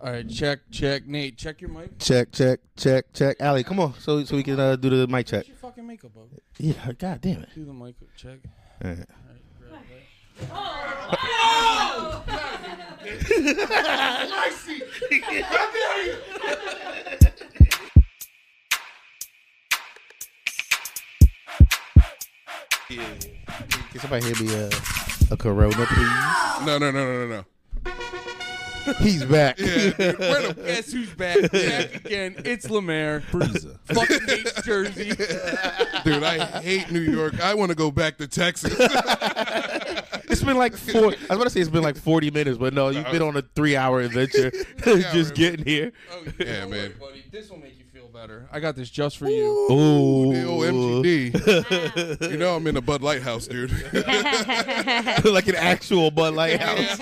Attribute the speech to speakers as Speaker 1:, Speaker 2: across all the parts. Speaker 1: All right, check, check, Nate, check your mic.
Speaker 2: Check, check, check, check. Allie, come on, so so we can uh, do the mic check.
Speaker 1: Get your fucking makeup up.
Speaker 2: Yeah, god damn it.
Speaker 1: Do the mic check.
Speaker 2: Alright. Can somebody hand me a, a Corona, please?
Speaker 3: No, no, no, no, no, no.
Speaker 2: He's back.
Speaker 3: Yeah, dude, where the
Speaker 1: Guess who's back? back again. It's Lemaire.
Speaker 3: Breeza.
Speaker 1: Fucking Nate's jersey.
Speaker 3: Dude, I hate New York. I want to go back to Texas.
Speaker 2: It's been like four. I was about to say it's been like forty minutes, but no, you've been on a three-hour adventure just
Speaker 3: right.
Speaker 2: getting here.
Speaker 1: Oh,
Speaker 3: Yeah,
Speaker 1: don't
Speaker 3: man.
Speaker 1: worry, buddy. This will make you feel better. I got this just for you.
Speaker 2: Ooh,
Speaker 3: The old MGD. You know I'm in a Bud Light house, dude.
Speaker 2: like an actual Bud Light house.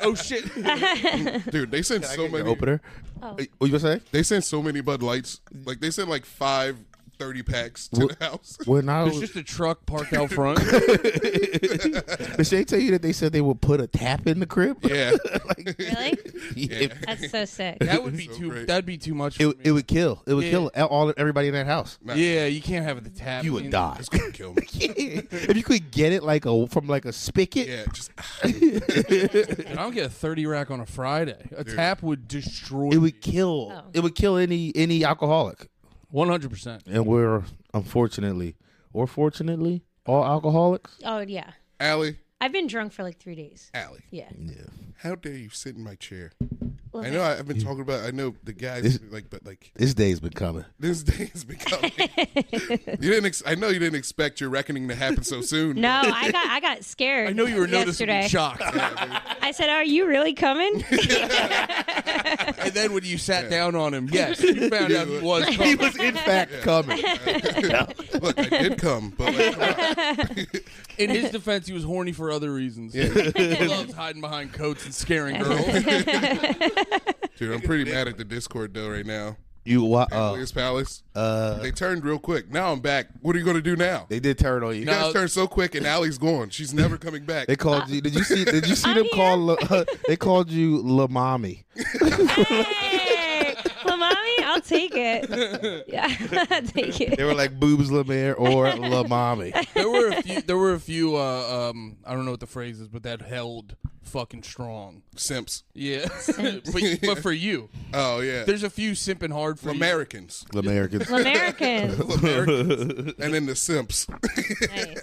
Speaker 1: oh shit! Oh shit!
Speaker 3: dude, they send so many.
Speaker 2: Opener.
Speaker 4: Oh.
Speaker 2: Hey, What you gonna say?
Speaker 3: They send so many Bud Lights. Like they send like five 30 packs to
Speaker 2: Wh-
Speaker 3: the house.
Speaker 2: When I
Speaker 1: It's
Speaker 2: was,
Speaker 1: just a truck parked out front.
Speaker 2: did they tell you that they said they would put a tap in the crib?
Speaker 3: Yeah,
Speaker 4: Really?
Speaker 3: yeah.
Speaker 4: That's so sick.
Speaker 1: That would be
Speaker 3: So
Speaker 1: too.
Speaker 3: great.
Speaker 1: That'd be too much. For
Speaker 2: It,
Speaker 1: me.
Speaker 2: it would kill. It would
Speaker 1: Yeah.
Speaker 2: kill all everybody in that house.
Speaker 3: Nah,
Speaker 1: Yeah, you can't have the tap.
Speaker 2: You would
Speaker 1: in-
Speaker 2: die.
Speaker 3: It's gonna kill me.
Speaker 2: if you could get it like a from like a spigot,
Speaker 3: Yeah, just
Speaker 1: Dude, I don't get a thirty rack on a Friday. A tap would destroy.
Speaker 2: it would kill.
Speaker 4: Oh.
Speaker 2: It would kill any any alcoholic.
Speaker 1: One hundred percent.
Speaker 2: And we're unfortunately or fortunately all alcoholics.
Speaker 4: Oh yeah,
Speaker 3: Allie,
Speaker 4: I've been drunk for like three days.
Speaker 3: Allie.
Speaker 4: Yeah.
Speaker 1: Mm.
Speaker 3: How dare you sit in my chair?
Speaker 4: Well,
Speaker 3: I know I- I've been talking about. I know the guys like, but like
Speaker 2: This day's been coming.
Speaker 3: this day has become. you didn't. Ex- I know you didn't expect your reckoning to happen so soon.
Speaker 4: No, I got I got scared.
Speaker 1: I know you were
Speaker 4: yesterday.
Speaker 1: noticeably shocked.
Speaker 4: I said, "Are you really coming?"
Speaker 1: And then when you sat down on him, yes, you found out he was.
Speaker 2: He
Speaker 1: coming.
Speaker 2: was in fact coming.
Speaker 3: Look, I did come, but like, come on.
Speaker 1: In his defense, he was horny for other reasons. he loves hiding behind coats and scaring girls.
Speaker 3: dude, I'm pretty mad at the Discord though right now.
Speaker 2: You wa- uh,
Speaker 3: Players Palace.
Speaker 2: uh
Speaker 3: they turned real quick. Now I'm back. What are you going to do now?
Speaker 2: they did turn on you.
Speaker 3: you guys
Speaker 1: No.
Speaker 3: turned so quick, and Allie's gone. She's never coming back.
Speaker 2: They called you. Did you see? Did you see them
Speaker 4: I'm
Speaker 2: call? La- they called you La Mommy.
Speaker 4: hey, well, mommy, I'll take it. Yeah, I'll take
Speaker 2: They
Speaker 4: it.
Speaker 2: were like boobs La Mare or La Mommy.
Speaker 1: there were a few. There were a few. Uh, um, I don't know what the phrase is, but that held fucking strong.
Speaker 3: Simps.
Speaker 1: Yeah, but, but for you,
Speaker 3: Oh yeah.
Speaker 1: there's a few simping hard for you.
Speaker 3: Americans.
Speaker 2: Americans.
Speaker 4: Americans.
Speaker 3: and then the simps.
Speaker 4: Nice.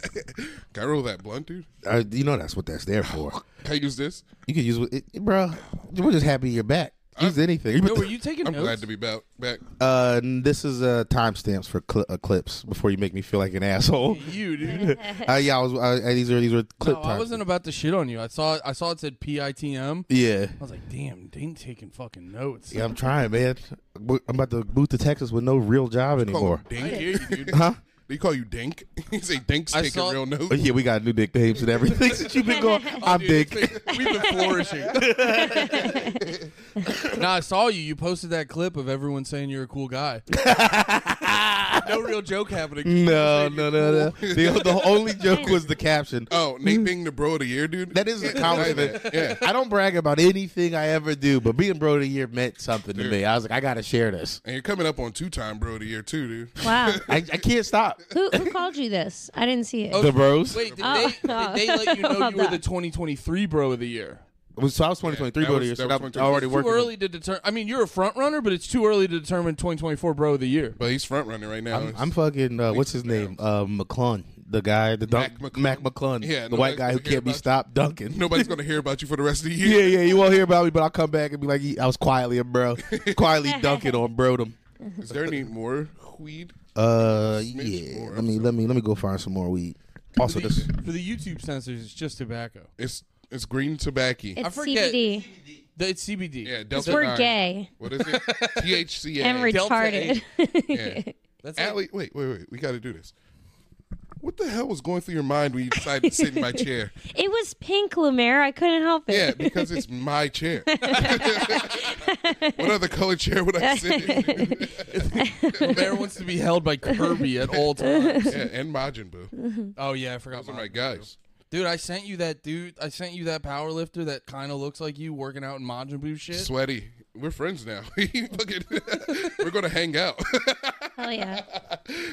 Speaker 3: Can I roll that blunt, dude?
Speaker 2: Uh, you know that's what that's there for.
Speaker 3: Can I use this?
Speaker 2: You can use it, it- bro. We're just happy you're back. Use anything.
Speaker 1: Yo, were you taking
Speaker 3: I'm
Speaker 1: notes?
Speaker 3: glad to be back. back.
Speaker 2: Uh, this is uh timestamps for cli uh, clips before you make me feel like an asshole.
Speaker 1: you, dude.
Speaker 2: Uh, yeah, I was. Uh, these are these were clip
Speaker 1: No,
Speaker 2: times.
Speaker 1: I wasn't about to shit on you. I saw. I saw it said PITM. I
Speaker 2: Yeah.
Speaker 1: was like, damn, Dane taking fucking notes.
Speaker 2: Yeah, I'm trying, man. I'm about to move to Texas with no real job
Speaker 3: Call
Speaker 2: anymore.
Speaker 3: you dink. dude.
Speaker 2: Huh?
Speaker 3: They call you dink. you say dink's
Speaker 1: I
Speaker 3: taking
Speaker 1: saw-
Speaker 3: real notes.
Speaker 2: Oh, yeah, we got new nicknames and everything since you've been going. I'm
Speaker 1: Dude, it's
Speaker 2: Dick.
Speaker 1: been- We've been flourishing. now I saw you. You posted that clip of everyone saying you're a cool guy. no real joke happening.
Speaker 2: No, no, no, no. The, the only joke was the caption.
Speaker 3: Oh, Nate being the bro of the year, dude.
Speaker 2: That is a compliment.
Speaker 3: Yeah.
Speaker 2: I don't brag about anything I ever do, but being bro of the year meant something to me. I was like, I gotta share this.
Speaker 3: And you're coming up on two time bro of the year too, dude.
Speaker 4: Wow.
Speaker 2: I, I can't stop.
Speaker 4: Who who called you this? I didn't see it.
Speaker 2: The bros.
Speaker 1: Wait, did,
Speaker 4: Oh.
Speaker 1: they, did they let you know
Speaker 4: Well
Speaker 1: you were the
Speaker 4: done.
Speaker 1: 2023 Bro of the Year?
Speaker 2: So I was 2023
Speaker 3: Yeah, that
Speaker 2: bro of
Speaker 3: was-
Speaker 2: the year, so
Speaker 3: that was
Speaker 2: I'm
Speaker 3: 2023.
Speaker 2: already
Speaker 1: Too
Speaker 2: working.
Speaker 1: early to determine. I mean, you're a front runner, but it's too early to determine 2024 Bro of the Year.
Speaker 3: But he's front running right now.
Speaker 2: I'm, I'm fucking uh, what's his name? Uh, McClung, the guy, the dunk,
Speaker 3: Mac
Speaker 2: Mac
Speaker 3: McClung.
Speaker 2: McClung,
Speaker 3: Yeah,
Speaker 2: the
Speaker 3: nobody's
Speaker 2: white guy who
Speaker 3: gonna hear
Speaker 2: can't be
Speaker 3: about you.
Speaker 2: stopped dunking.
Speaker 3: Nobody's gonna hear about you for the rest of the
Speaker 2: Yeah,
Speaker 3: year.
Speaker 2: yeah, you won't hear about me, but I'll come back and be like, I was quietly a bro, quietly dunking on Brodom.
Speaker 3: Is there any more weed?
Speaker 2: Uh,
Speaker 3: Maybe
Speaker 2: yeah.
Speaker 3: more,
Speaker 2: Let me let me let me go find some more weed. Also, this
Speaker 1: For the YouTube censors, it's just tobacco.
Speaker 3: It's it's green tobacco.
Speaker 1: I
Speaker 4: It's
Speaker 1: forget.
Speaker 4: CBD.
Speaker 1: The- It's CBD.
Speaker 3: yeah,
Speaker 4: It's
Speaker 3: Delta
Speaker 4: we're
Speaker 3: 9.
Speaker 4: gay
Speaker 3: What is it? THCA.
Speaker 4: and
Speaker 1: Delta
Speaker 4: retarded.
Speaker 3: yeah.
Speaker 1: That's like-
Speaker 3: Allie, wait, wait, wait. We got to do this. What the hell was going through your mind when you decided to sit in my chair?
Speaker 4: It was pink, Lemaire. I couldn't help it.
Speaker 3: Yeah, because it's my chair. what other color chair would I sit in?
Speaker 1: the bear wants to be held by Kirby at all times.
Speaker 3: Yeah, and Majin Buu.
Speaker 1: Oh yeah, I forgot.
Speaker 3: Those are
Speaker 1: mine.
Speaker 3: my guys.
Speaker 1: Dude, I sent you that dude. I sent you that power lifter that kind of looks like you working out in Majin Buu shit.
Speaker 3: Sweaty. We're friends now. He fucking- we're gonna hang out.
Speaker 4: Hell yeah.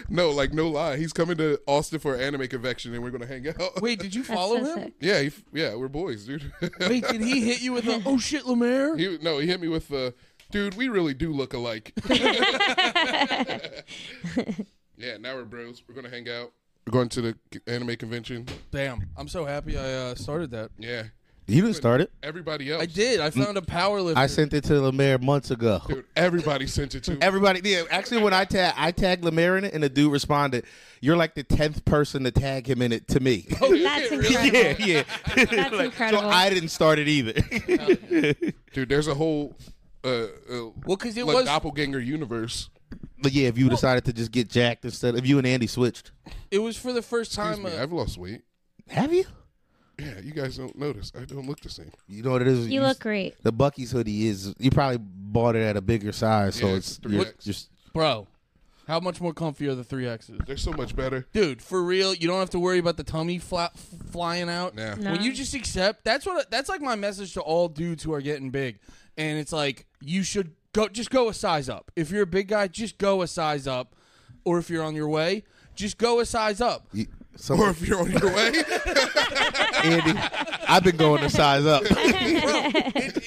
Speaker 3: no, like no lie, he's coming to Austin for an anime convention, and we're gonna hang out.
Speaker 1: Wait, did you
Speaker 4: That's
Speaker 1: follow
Speaker 4: so
Speaker 1: him?
Speaker 4: sick.
Speaker 3: Yeah, he, yeah, we're boys, dude.
Speaker 1: Wait, did he hit you with a oh shit, Lemaire?
Speaker 3: He, no, he hit me with the dude. We really do look alike. yeah, now we're bros. We're gonna hang out. We're going to the anime convention.
Speaker 1: Damn, I'm so happy I uh, started that.
Speaker 3: Yeah,
Speaker 2: You didn't start it.
Speaker 3: everybody else.
Speaker 1: I did. I found a power lifter.
Speaker 2: I sent it to Lemaire months ago.
Speaker 3: Dude, everybody sent it to.
Speaker 2: Everybody, yeah. Actually, when I tag, I tagged Lemaire in it, and the dude responded, "You're like the tenth person to tag him in it to me."
Speaker 1: Oh,
Speaker 4: That's incredible.
Speaker 2: yeah, yeah.
Speaker 4: That's incredible.
Speaker 2: So I didn't start it either.
Speaker 3: Dude, there's a whole uh, uh
Speaker 1: Well, 'cause it
Speaker 3: like
Speaker 1: was-
Speaker 3: doppelganger universe.
Speaker 2: but yeah, if you decided to just get jacked instead, if you and Andy switched,
Speaker 1: it was for the first
Speaker 3: Excuse
Speaker 1: time.
Speaker 3: me,
Speaker 1: uh,
Speaker 3: I've lost weight.
Speaker 2: have you?
Speaker 3: Yeah, you guys don't notice. I don't look the same.
Speaker 2: You know what it is.
Speaker 4: you look great.
Speaker 2: The Bucky's hoodie is. You probably bought it at a bigger size, so
Speaker 3: Yeah,
Speaker 2: it's
Speaker 3: it's 3X.
Speaker 2: just.
Speaker 1: bro, how much more comfy are the three X's?
Speaker 3: They're so much better.
Speaker 1: Dude, for real, you don't have to worry about the tummy fla- f- flying out.
Speaker 3: Nah.
Speaker 4: No.
Speaker 1: When you just accept, that's what that's like my message to all dudes who are getting big. And it's like you should go just go a size up. If you're a big guy, just go a size up. Or if you're on your way, just go a size up.
Speaker 2: You,
Speaker 3: Or
Speaker 2: some,
Speaker 3: if you're on your way,
Speaker 2: Andy, I've been going to size up.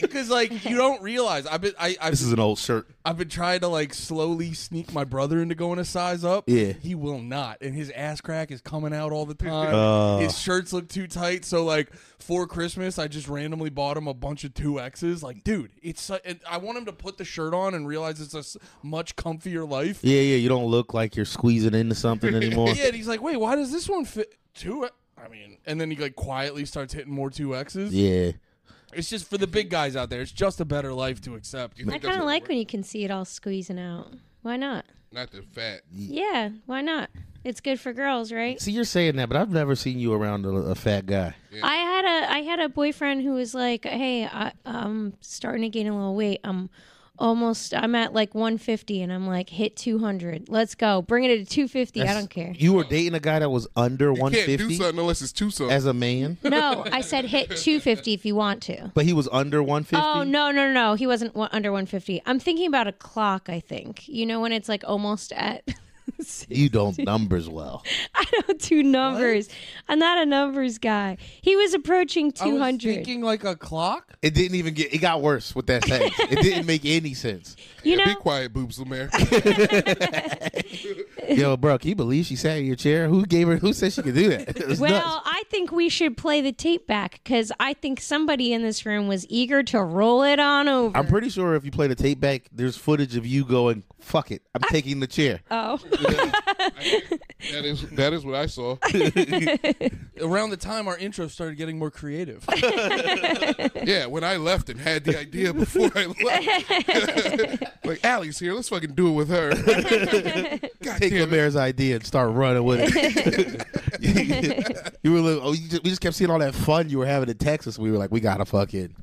Speaker 1: Because like you don't realize I've been I, I've
Speaker 2: this is an old shirt.
Speaker 1: I've been trying to like slowly sneak my brother into going a size up.
Speaker 2: Yeah.
Speaker 1: He will not. And his ass crack is coming out all the time.
Speaker 2: Oh.
Speaker 1: His shirts look too tight. So, like, for Christmas, I just randomly bought him a bunch of 2Xs. Like, dude, it's. su- And I want him to put the shirt on and realize it's a s- much comfier life.
Speaker 2: Yeah, yeah. You don't look like you're squeezing into something anymore.
Speaker 1: Yeah, and he's like, wait, why does this one fit? Two. e-?" I mean, and then he like quietly starts hitting more 2Xs.
Speaker 2: yeah.
Speaker 1: It's just for the big guys out there. It's just a better life to accept.
Speaker 4: I
Speaker 3: think that's
Speaker 4: kind of
Speaker 3: what
Speaker 4: like
Speaker 3: we're-
Speaker 4: when you can see it all squeezing out. Why not?
Speaker 3: not the fat.
Speaker 4: Yeah, why not? It's good for girls, right?
Speaker 2: See, you're saying that, but I've never seen you around a, a fat guy.
Speaker 4: I had a I had a boyfriend who was like, "Hey, I, I'm starting to gain a little weight. I'm almost I'm at like 150, and I'm like, hit 200. Let's go. Bring it to 250. I don't care.
Speaker 2: You were dating a guy that was under
Speaker 3: You can't do
Speaker 2: 150
Speaker 3: something unless it's two something.
Speaker 2: as a man,
Speaker 4: No, I said hit 250 if you want to.
Speaker 2: but he was under 150.
Speaker 4: Oh no no no! He wasn't one, under 150. I'm thinking about a clock. I think you know when it's like almost at.
Speaker 2: You don't numbers well.
Speaker 4: I don't do numbers. I'm not a numbers guy. He was approaching
Speaker 1: I was
Speaker 4: 200.
Speaker 1: thinking like a clock.
Speaker 2: It didn't even get. It got worse with that sentence. it didn't make any sense.
Speaker 4: you know,
Speaker 3: Be quiet, boobs, Lemaire.
Speaker 2: Yo, bro, can you believe she sat in your chair? Who gave her? Who said she could do that? It was
Speaker 4: Well,
Speaker 2: nuts.
Speaker 4: I think we should play the tape back because I think somebody in this room was eager to roll it on over.
Speaker 2: I'm pretty sure if you play the tape back, there's footage of you going, "Fuck it, I'm taking the chair."
Speaker 4: oh,
Speaker 3: that is that is what I saw.
Speaker 1: Around the time our intro started getting more creative.
Speaker 3: Yeah, when I left and had the idea before I left. like Allie's here, let's fucking do it with her.
Speaker 2: Take Lemaire's idea and start running with it. you were like, oh, you just, we just kept seeing all that fun you were having in Texas. We were like, we gotta fucking,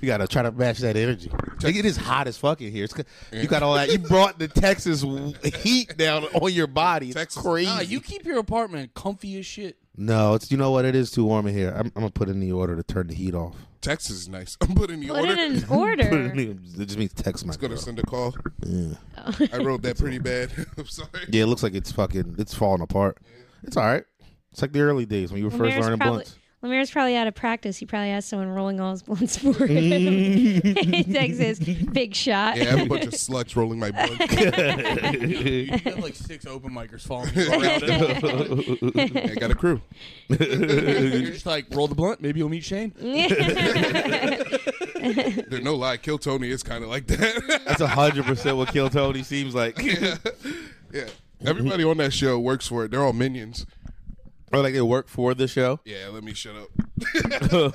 Speaker 2: we gotta try to match that energy. Like, it is hot as fucking here. It's, c- you got all that. You brought the Texas w- heat down on your body. It's
Speaker 3: Texas-
Speaker 2: crazy.
Speaker 1: Nah, you keep your apartment comfy as shit.
Speaker 2: no, it's you know what? It is too warm in here. I'm, I'm gonna put in the order to turn the heat off.
Speaker 3: Texas is nice. I'm putting the
Speaker 4: put
Speaker 3: order.
Speaker 4: it
Speaker 3: I'm
Speaker 4: in
Speaker 2: Put it,
Speaker 4: order.
Speaker 2: in the- it just means text my
Speaker 3: gonna
Speaker 2: girl.
Speaker 3: send a call. I wrote that pretty bad. I'm sorry.
Speaker 2: Yeah, it looks like it's fucking. It's falling apart. It's all right. It's like the early days when you were first
Speaker 4: Lemare's
Speaker 2: learning
Speaker 4: probably,
Speaker 2: blunts.
Speaker 4: Lemare's probably out of practice. He probably has someone rolling all his blunts for him. Texas, big shot.
Speaker 3: Yeah, I have a bunch of sluts rolling my blood.
Speaker 1: You have like six open micers following you around.
Speaker 3: I got a crew.
Speaker 1: You're just like, roll the blunt, maybe you'll meet Shane.
Speaker 3: There's no lie. Kill Tony is kind of like that.
Speaker 2: That's hundred percent what Kill Tony seems like.
Speaker 3: yeah. Everybody on that show works for it. They're all minions.
Speaker 2: or like they work for the show.
Speaker 3: Yeah, let me shut up.
Speaker 1: Do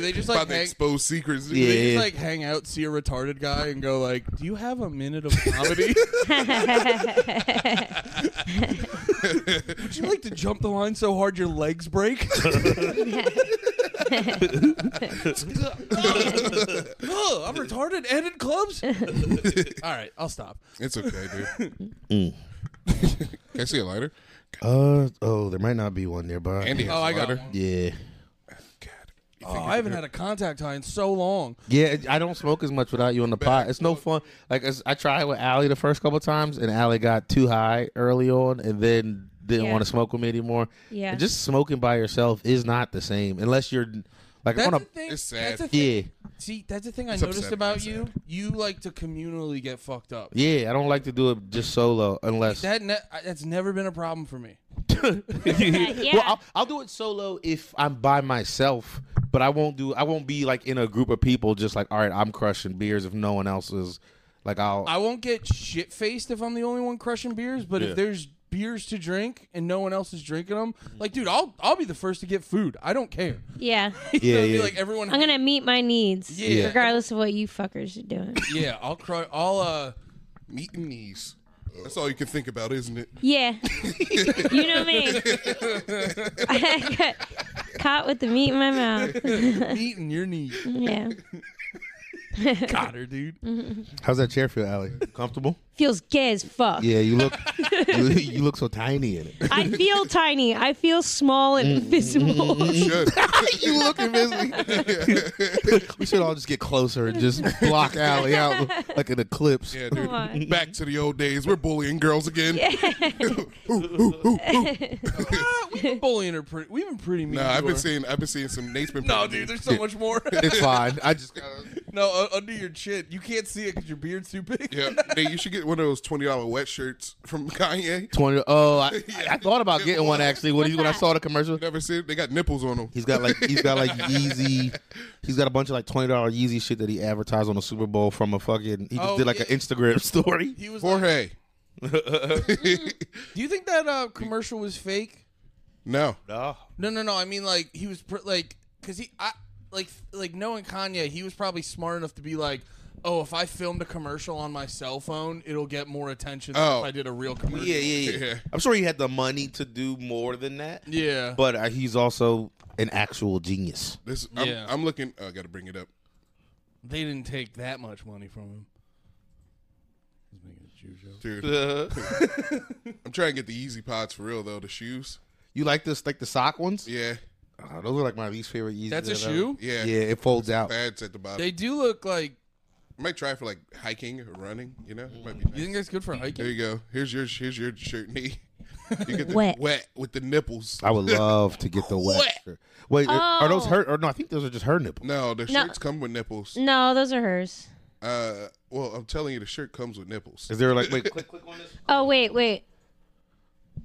Speaker 1: they just like
Speaker 3: About to
Speaker 1: hang,
Speaker 3: expose secrets.
Speaker 1: do
Speaker 2: Yeah.
Speaker 1: they just like hang out, see a retarded guy, and go like, "Do you have a minute of comedy? Would you like to jump the line so hard your legs break?" Ugh, I'm retarded and in clubs. All right, I'll stop.
Speaker 3: It's okay, dude.
Speaker 1: Mm.
Speaker 3: Can I see a lighter?
Speaker 2: Uh oh, there might not be one nearby.
Speaker 3: Andy has
Speaker 1: Oh,
Speaker 3: a
Speaker 1: I got
Speaker 3: lighter.
Speaker 1: one.
Speaker 2: Yeah.
Speaker 3: God.
Speaker 1: Oh, I haven't had a contact high in so long.
Speaker 2: Yeah, it- I don't smoke as much without you in the pot. It's no fun. Like as- I tried with Allie the first couple times, and Allie got too high early on, and then didn't
Speaker 4: Yeah.
Speaker 2: want to smoke with me anymore.
Speaker 4: Yeah.
Speaker 2: and just smoking by yourself is not the same unless you're like
Speaker 1: That's
Speaker 2: on
Speaker 1: the
Speaker 2: a
Speaker 1: thing.
Speaker 3: It's sad.
Speaker 1: That's the thing.
Speaker 2: yeah
Speaker 1: See, that's the thing I
Speaker 3: It's
Speaker 1: noticed
Speaker 3: upsetting,
Speaker 1: about
Speaker 3: it's
Speaker 1: you. You like to communally get fucked up.
Speaker 2: yeah. I don't like to do it just solo unless
Speaker 1: That ne- I- that's never been a problem for me.
Speaker 4: Yeah.
Speaker 2: Well, I'll, I'll do it solo if I'm by myself, but I won't do. I won't be like in a group of people. Just like, all right, I'm crushing beers if no one else is. Like, I'll.
Speaker 1: I won't get shit faced if I'm the only one crushing beers, but
Speaker 2: Yeah.
Speaker 1: if there's beers to drink and no one else is drinking them, like, dude, I'll I'll be the first to get food. I don't care.
Speaker 4: yeah.
Speaker 1: You know
Speaker 2: Yeah,
Speaker 1: what I mean?
Speaker 2: yeah.
Speaker 1: Like everyone,
Speaker 4: I'm gonna meet my needs,
Speaker 1: Yeah.
Speaker 4: regardless of what you fuckers are doing.
Speaker 1: yeah, I'll crush. I'll uh,
Speaker 3: Meat and knees. That's all you can think about, isn't it?
Speaker 4: Yeah, you know me. I got caught with the meat in my mouth.
Speaker 1: meat in your knee.
Speaker 4: Yeah,
Speaker 1: Got her, dude.
Speaker 2: Mm-hmm. How's that chair feel, Allie? Comfortable?
Speaker 4: feels gay as fuck.
Speaker 2: Yeah, you look. you, you look so tiny in it.
Speaker 4: I feel tiny. I feel small and
Speaker 2: Mm-hmm.
Speaker 4: invisible.
Speaker 3: Should.
Speaker 2: you look invisible. we should all just get closer and just block Allie out like an eclipse.
Speaker 3: Yeah,
Speaker 4: Come on.
Speaker 3: dude. Back to the old days. We're bullying girls again.
Speaker 1: Ah, we've been bullying her pretty. We've been pretty mean.
Speaker 3: Nah, I've
Speaker 1: to
Speaker 3: been
Speaker 1: her.
Speaker 3: seeing. I've been seeing some. Nate's been.
Speaker 1: No,
Speaker 3: pretty
Speaker 1: dude, there's so much more.
Speaker 2: It's fine. I just gotta.
Speaker 1: no, uh, under your chin, you can't see it because your beard's too big.
Speaker 3: mean. Yeah, Nate, you should get one of those twenty dollar wet shirts from Kanye.
Speaker 2: 20. Oh, I, I thought about getting one actually when, you, when I
Speaker 4: What's
Speaker 2: saw the commercial.
Speaker 3: Never seen. They got nipples on them.
Speaker 2: He's got like he's got like Yeezy. He's got a bunch of like twenty dollar Yeezy shit that he advertised on the Super Bowl from a fucking. He just
Speaker 1: Oh,
Speaker 2: did like
Speaker 1: yeah.
Speaker 2: an Instagram story.
Speaker 1: He was. Like,
Speaker 3: Jorge.
Speaker 1: Do you think that uh, commercial was fake?
Speaker 3: No.
Speaker 1: No, no, no. I mean, like he was pr- like, cause he, I, like, like knowing Kanye, he was probably smart enough to be like, oh, if I filmed a commercial on my cell phone, it'll get more attention than
Speaker 3: Oh.
Speaker 1: if I did a real commercial.
Speaker 2: Yeah, yeah, yeah,
Speaker 3: Yeah.
Speaker 2: I'm sure he had the money to do more than that.
Speaker 1: Yeah.
Speaker 2: but uh, he's also an actual genius.
Speaker 3: This. I'm,
Speaker 1: Yeah.
Speaker 3: I'm looking. oh, I got to bring it up.
Speaker 1: they didn't take that much money from him.
Speaker 3: Dude,
Speaker 1: Uh-huh.
Speaker 3: I'm trying to get the easy pods for real though. The shoes.
Speaker 2: you like this, like the sock ones?
Speaker 3: Yeah.
Speaker 2: Uh, those are like my least favorite Yeezys.
Speaker 1: That's a
Speaker 2: I've ever-
Speaker 1: shoe.
Speaker 3: Yeah.
Speaker 2: Yeah, it folds out.
Speaker 3: Pads at the bottom.
Speaker 1: They do look like.
Speaker 3: might try for like hiking or running. You know, it might be.
Speaker 1: Mm. You
Speaker 3: Nice.
Speaker 1: think that's good for hiking?
Speaker 3: There you go. Here's your. Here's your shirt, Nate. You get the
Speaker 4: Wet.
Speaker 3: wet with the nipples.
Speaker 2: I would love to get the wet. shirt. Wait, are those
Speaker 4: Oh.
Speaker 2: her? Or no, I think those are just her nipple.
Speaker 3: No, the
Speaker 4: No.
Speaker 3: shirts come with
Speaker 2: Mm.
Speaker 3: nipples.
Speaker 4: No, those are hers.
Speaker 3: Uh, well, I'm telling you, the shirt comes with nipples.
Speaker 2: Is there like wait? click, click.
Speaker 4: Oh wait, wait.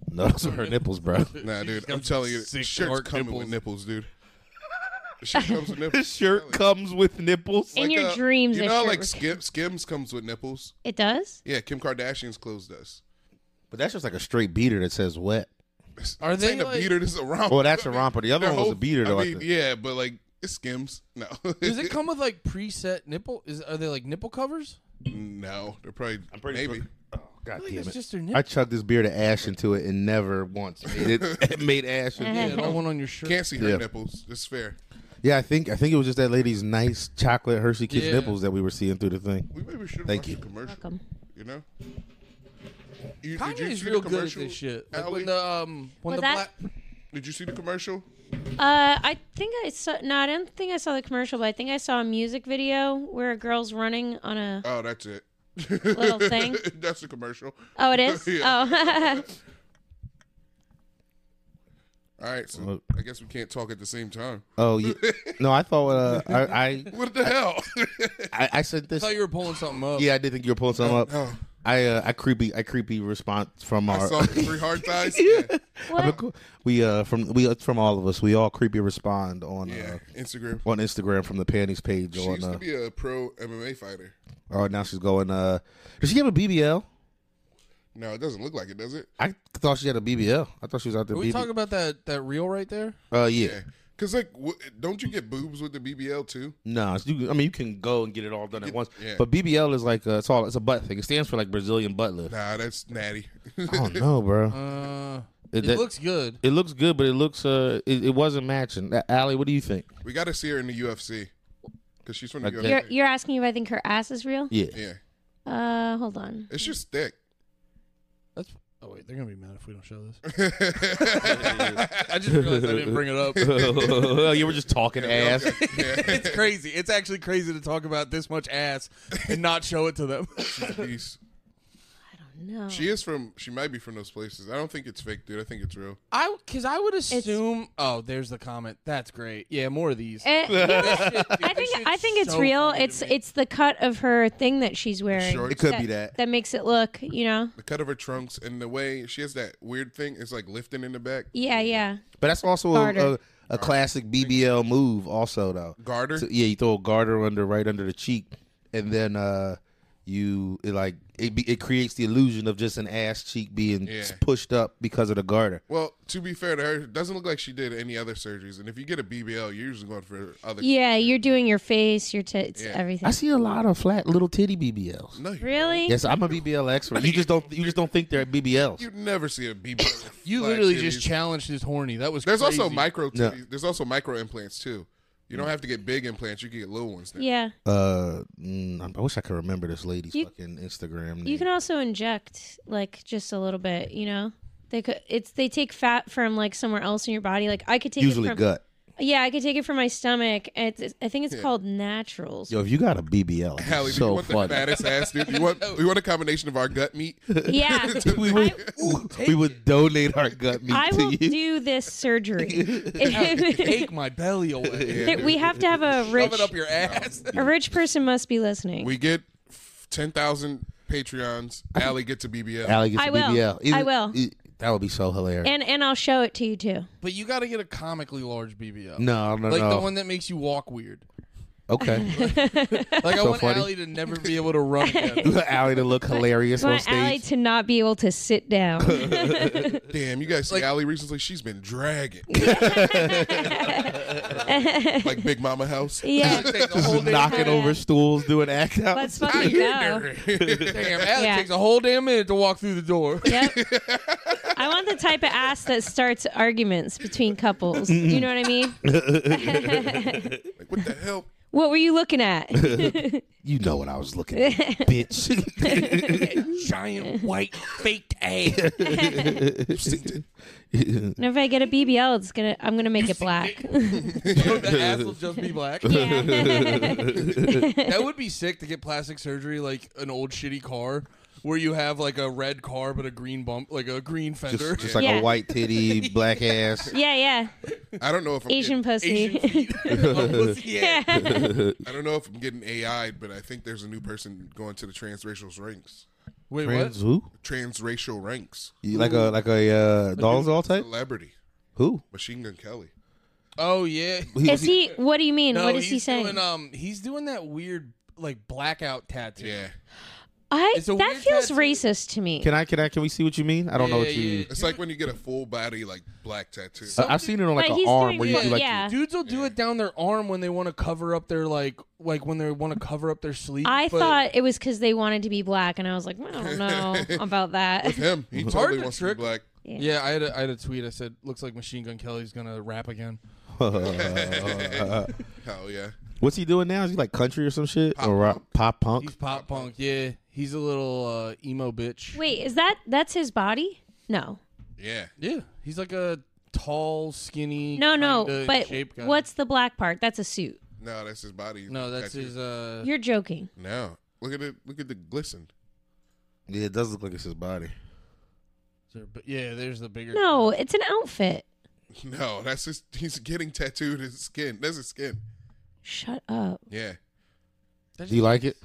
Speaker 2: No, those are her nipples, bro.
Speaker 3: Nah, dude, I'm
Speaker 1: got
Speaker 3: telling you, the
Speaker 1: sick
Speaker 3: shirt's
Speaker 1: dark
Speaker 3: coming with nipples, dude. The shirt comes with nipples. uh,
Speaker 2: shirt comes with nipples.
Speaker 4: In your dreams,
Speaker 3: you
Speaker 4: that
Speaker 3: know, how,
Speaker 4: shirt
Speaker 3: like
Speaker 4: was-
Speaker 3: Skim, Skims comes with nipples.
Speaker 4: It does.
Speaker 3: Yeah, Kim Kardashian's clothes does.
Speaker 2: But that's just like a straight beater that says wet.
Speaker 1: Are
Speaker 3: This
Speaker 1: they
Speaker 3: ain't a
Speaker 1: like,
Speaker 3: beater. This is a romper.
Speaker 2: Well, that's a romper. The other
Speaker 3: Their
Speaker 2: one was a
Speaker 3: whole-
Speaker 2: beater, though. I
Speaker 3: I mean,
Speaker 2: think.
Speaker 3: yeah, but like it's Skims. No,
Speaker 1: Does it come with like preset nipple? Is are they like nipple covers?
Speaker 3: no, they're probably maybe.
Speaker 1: I
Speaker 2: God
Speaker 1: feel like
Speaker 2: damn
Speaker 1: it's
Speaker 2: it!
Speaker 1: just their
Speaker 2: I
Speaker 1: nipple.
Speaker 2: chugged this beer to ash into it and never once made it, it made ash.
Speaker 1: Yeah,
Speaker 2: into it.
Speaker 1: that one on your shirt.
Speaker 3: Can't see her
Speaker 2: Yeah.
Speaker 3: nipples. It's fair.
Speaker 2: Yeah, I think I think it was just that lady's nice chocolate Hershey Kiss
Speaker 1: Uh-huh. Yeah.
Speaker 2: nipples that we were seeing through the thing.
Speaker 3: We maybe should
Speaker 2: Thank
Speaker 3: watch
Speaker 2: you.
Speaker 3: the commercial.
Speaker 4: Welcome.
Speaker 3: You know. You, did you
Speaker 1: Kanye's
Speaker 3: see the
Speaker 1: real good at
Speaker 3: commercial,
Speaker 1: this shit. Like
Speaker 3: Allie?
Speaker 1: when the um when
Speaker 4: Was
Speaker 1: the
Speaker 4: that-
Speaker 1: black
Speaker 3: Did you see the commercial?
Speaker 4: Uh, I think I saw. No, I don't think I saw the commercial, but I think I saw a music video where a girl's running on a
Speaker 3: Oh, that's it.
Speaker 4: little thing.
Speaker 3: that's the commercial.
Speaker 4: Oh, it is. Oh,
Speaker 3: All right, so
Speaker 2: Look.
Speaker 3: I guess we can't talk at the same time.
Speaker 2: Oh, yeah. no, I thought uh, I, I
Speaker 3: What the hell?
Speaker 2: I I sent this.
Speaker 1: I thought you were pulling something up.
Speaker 2: Yeah, I did think you were pulling something up.
Speaker 3: no.
Speaker 2: I uh, I creepy I creepy response from
Speaker 3: I
Speaker 2: our
Speaker 3: saw the three hard thighs. Yeah,
Speaker 2: I've been cool. We uh from we it's from all of us. We all creepy respond on
Speaker 3: yeah.
Speaker 2: uh,
Speaker 3: Instagram.
Speaker 2: on Instagram from the panties page.
Speaker 3: She
Speaker 2: on
Speaker 3: used
Speaker 2: uh,
Speaker 3: to be a pro MMA fighter.
Speaker 2: oh now she's going. uh Does she have a BBL?
Speaker 3: No, it doesn't look like it, does it?
Speaker 2: I thought she had a BBL. I thought she was out there.
Speaker 1: Are we
Speaker 2: BB-
Speaker 1: talking about that that reel right there?
Speaker 2: uh yeah.
Speaker 3: Yeah, because like, w- don't you get boobs with the BBL too?
Speaker 2: No, it's- you, I mean you can go and get it all done at once.
Speaker 3: yeah.
Speaker 2: But BBL is like uh, it's all it's a butt thing. It stands for like Brazilian butt lift.
Speaker 3: Nah, that's natty.
Speaker 2: I don't know, bro.
Speaker 1: Uh,
Speaker 2: It-
Speaker 1: it
Speaker 2: that-
Speaker 1: looks good.
Speaker 2: It looks good, but it looks uh it, it wasn't matching. Uh, Allie, what do you think?
Speaker 3: we got to see her in the UFC because she's from the
Speaker 2: Okay.
Speaker 4: you're
Speaker 3: UFC.
Speaker 4: you're asking if I think her ass is real?
Speaker 2: Yeah.
Speaker 3: Yeah,
Speaker 4: Uh, hold on.
Speaker 3: it's just thick.
Speaker 1: That's Oh wait, they're gonna be mad if we don't show this. I just realized I didn't bring it up.
Speaker 2: you were just talking ass.
Speaker 1: it's crazy. It's actually crazy to talk about this much ass and not show it to them.
Speaker 3: Jeez.
Speaker 4: I don't know.
Speaker 3: She is from. She might be from those places. I don't think it's fake, dude. I think it's real.
Speaker 1: I because I would assume. oh, there's the comment. That's great. Yeah, more of these.
Speaker 4: Eh, you know, I think I think it's
Speaker 1: so
Speaker 4: real.
Speaker 1: funny to
Speaker 4: It's
Speaker 1: me.
Speaker 4: it's the cut of her thing that she's wearing.
Speaker 3: shorts. It
Speaker 2: could be that.
Speaker 4: That makes it look, you know.
Speaker 3: The cut of her trunks and the way she has that weird thing. It's like lifting in the back.
Speaker 4: Yeah, yeah.
Speaker 2: But that's also a,
Speaker 4: Garter.
Speaker 2: a, a classic BBL move, also though.
Speaker 3: Garter?
Speaker 2: So, yeah, you throw a garter under right under the cheek, and then uh, you it like it. Be, it creates the illusion of just an ass cheek being
Speaker 3: Yeah.
Speaker 2: pushed up because of the garter.
Speaker 3: Well, to be fair to her, it doesn't look like she did any other surgeries. And if you get a BBL, you're usually going for other.
Speaker 4: Yeah, you're doing your face, your tits,
Speaker 3: Yeah.
Speaker 4: everything.
Speaker 2: I see a lot of flat little titty BBLs.
Speaker 3: No, you,
Speaker 4: really?
Speaker 2: Yes, I'm a BBL expert. You just don't you just don't think they're BBLs.
Speaker 3: you'd never see a BBL. with
Speaker 1: You
Speaker 3: flat
Speaker 1: literally
Speaker 3: titties.
Speaker 1: just challenged his horny. That was.
Speaker 3: There's
Speaker 1: crazy.
Speaker 3: also micro.
Speaker 2: No.
Speaker 3: titties- There's also micro implants too. You don't have to get big implants. You can get little ones. Now.
Speaker 4: Yeah.
Speaker 2: Uh, mm, I wish I could remember this lady's
Speaker 4: You-
Speaker 2: fucking Instagram. Name.
Speaker 4: You can also inject like just a little bit, you know. They could it's they take fat from like somewhere else in your body. Like I could take
Speaker 2: usually
Speaker 4: it from
Speaker 2: gut.
Speaker 4: Yeah, I could take it from my stomach. It's, I think it's
Speaker 3: Yeah.
Speaker 4: called naturals.
Speaker 2: Yo, if you got a BBL, it's
Speaker 3: Hallie, do you
Speaker 2: so
Speaker 3: want
Speaker 2: funny.
Speaker 3: the fattest ass dude? You want you want a combination of our gut meat?
Speaker 4: Yeah.
Speaker 2: we would, we would donate our gut meat
Speaker 4: I
Speaker 2: to
Speaker 4: will
Speaker 2: you.
Speaker 4: do this surgery.
Speaker 1: take my belly away.
Speaker 4: That we have to have a
Speaker 1: Shove
Speaker 4: rich
Speaker 1: it up your ass.
Speaker 4: a rich person must be listening.
Speaker 3: We get ten thousand Patreons. Allie gets a BBL.
Speaker 2: Allie gets
Speaker 4: I
Speaker 2: a
Speaker 4: will.
Speaker 2: BBL.
Speaker 4: I will.
Speaker 2: it- e, that would be so hilarious.
Speaker 4: and and I'll show it to you too.
Speaker 1: but you got to get a comically large BBL.
Speaker 2: no, no,
Speaker 1: Like
Speaker 2: no.
Speaker 1: the one that makes you walk weird.
Speaker 2: okay.
Speaker 1: Like I
Speaker 2: So
Speaker 1: want
Speaker 2: funny.
Speaker 1: Allie to never be able to run again.
Speaker 2: Allie to look hilarious
Speaker 4: I
Speaker 2: on
Speaker 4: want Allie
Speaker 2: stage.
Speaker 4: to not be able to sit down.
Speaker 3: Damn, you guys see
Speaker 1: Like-
Speaker 3: Allie recently? She's been dragging. like Big Mama House.
Speaker 4: yeah.
Speaker 1: Take the whole
Speaker 2: Just
Speaker 1: damn-
Speaker 2: knocking
Speaker 4: time.
Speaker 2: over stools, doing act out.
Speaker 4: Let's fucking go.
Speaker 1: Damn, Allie
Speaker 4: Yeah.
Speaker 1: takes a whole damn minute to walk through the door.
Speaker 4: Yep. I want the type of ass that starts arguments between couples. Do you know what I mean?
Speaker 3: Like, what the hell?
Speaker 4: What were you looking at?
Speaker 2: you know what I was looking at, bitch.
Speaker 1: Giant white faked ass.
Speaker 4: And if I get a BBL, it's gonna I'm gonna make it black.
Speaker 1: the ass will just be black.
Speaker 4: yeah.
Speaker 1: That would be sick to get plastic surgery, like an old shitty car, where you have like a red car but a green bump, like a green fender.
Speaker 2: just, just like
Speaker 4: Yeah.
Speaker 2: a white titty, black ass.
Speaker 4: yeah, yeah.
Speaker 3: I don't know if I'm
Speaker 4: Asian
Speaker 3: Getting,
Speaker 1: Asian
Speaker 4: pussy.
Speaker 1: feet. yeah.
Speaker 3: I don't know if I'm getting AI'd, but I think there's a new person going to the transracial ranks.
Speaker 1: Wait,
Speaker 2: Friends,
Speaker 1: what?
Speaker 2: who?
Speaker 3: Transracial ranks.
Speaker 2: You like a like a uh, Donald's all type?
Speaker 3: Celebrity.
Speaker 2: Who?
Speaker 3: Machine Gun Kelly.
Speaker 1: Oh yeah.
Speaker 4: Is he? What do you mean?
Speaker 1: No,
Speaker 4: what is he
Speaker 1: he's
Speaker 4: saying?
Speaker 1: Doing, um, he's doing that weird like blackout tattoo.
Speaker 3: Yeah.
Speaker 4: I
Speaker 1: It's a
Speaker 4: that
Speaker 1: weird
Speaker 4: feels
Speaker 1: tattoo.
Speaker 4: racist to me.
Speaker 2: Can I? Can I? Can we see what you mean? I don't know
Speaker 1: Yeah,
Speaker 2: what you.
Speaker 1: yeah.
Speaker 3: It's like when you get a full body like black tattoo.
Speaker 2: Uh, I've seen it on like
Speaker 4: But
Speaker 2: an
Speaker 4: he's
Speaker 2: arm
Speaker 4: doing
Speaker 2: where you
Speaker 4: what-
Speaker 2: do like.
Speaker 4: yeah.
Speaker 1: Dudes will do it down their arm when they want to cover up their like, like when they want to cover up their sleeve.
Speaker 4: I
Speaker 1: but
Speaker 4: thought it was because they wanted to be black, and I was like, I don't know about that.
Speaker 3: Him.
Speaker 2: Mm-hmm.
Speaker 3: He
Speaker 1: Hard
Speaker 3: totally
Speaker 1: to
Speaker 3: wants to be
Speaker 1: trick.
Speaker 3: black.
Speaker 1: Yeah, I had a, I had a tweet. I said, "Looks like Machine Gun Kelly's gonna rap again."
Speaker 3: Hell yeah.
Speaker 2: What's he doing now? Is he like country or some shit or rock, pop punk?
Speaker 1: He's pop punk. Yeah, he's a little uh, emo bitch.
Speaker 4: Wait, is that that's his body? No,
Speaker 3: Yeah.
Speaker 1: Yeah, he's like a tall, skinny.
Speaker 4: no, no.
Speaker 1: kinda
Speaker 4: But
Speaker 1: shape guy.
Speaker 4: what's the black part? That's a suit.
Speaker 3: No, that's his body.
Speaker 1: No, that's
Speaker 3: tattoo.
Speaker 1: his. Uh,
Speaker 4: You're joking.
Speaker 3: No. Look at it. Look at the glisten.
Speaker 2: Yeah, it does look like it's his body.
Speaker 1: sir- but yeah, there's the bigger.
Speaker 4: No, it's an outfit.
Speaker 3: No, that's just he's getting tattooed his skin. That's his skin.
Speaker 4: Shut up.
Speaker 3: Yeah.
Speaker 1: That's
Speaker 2: Do you like it?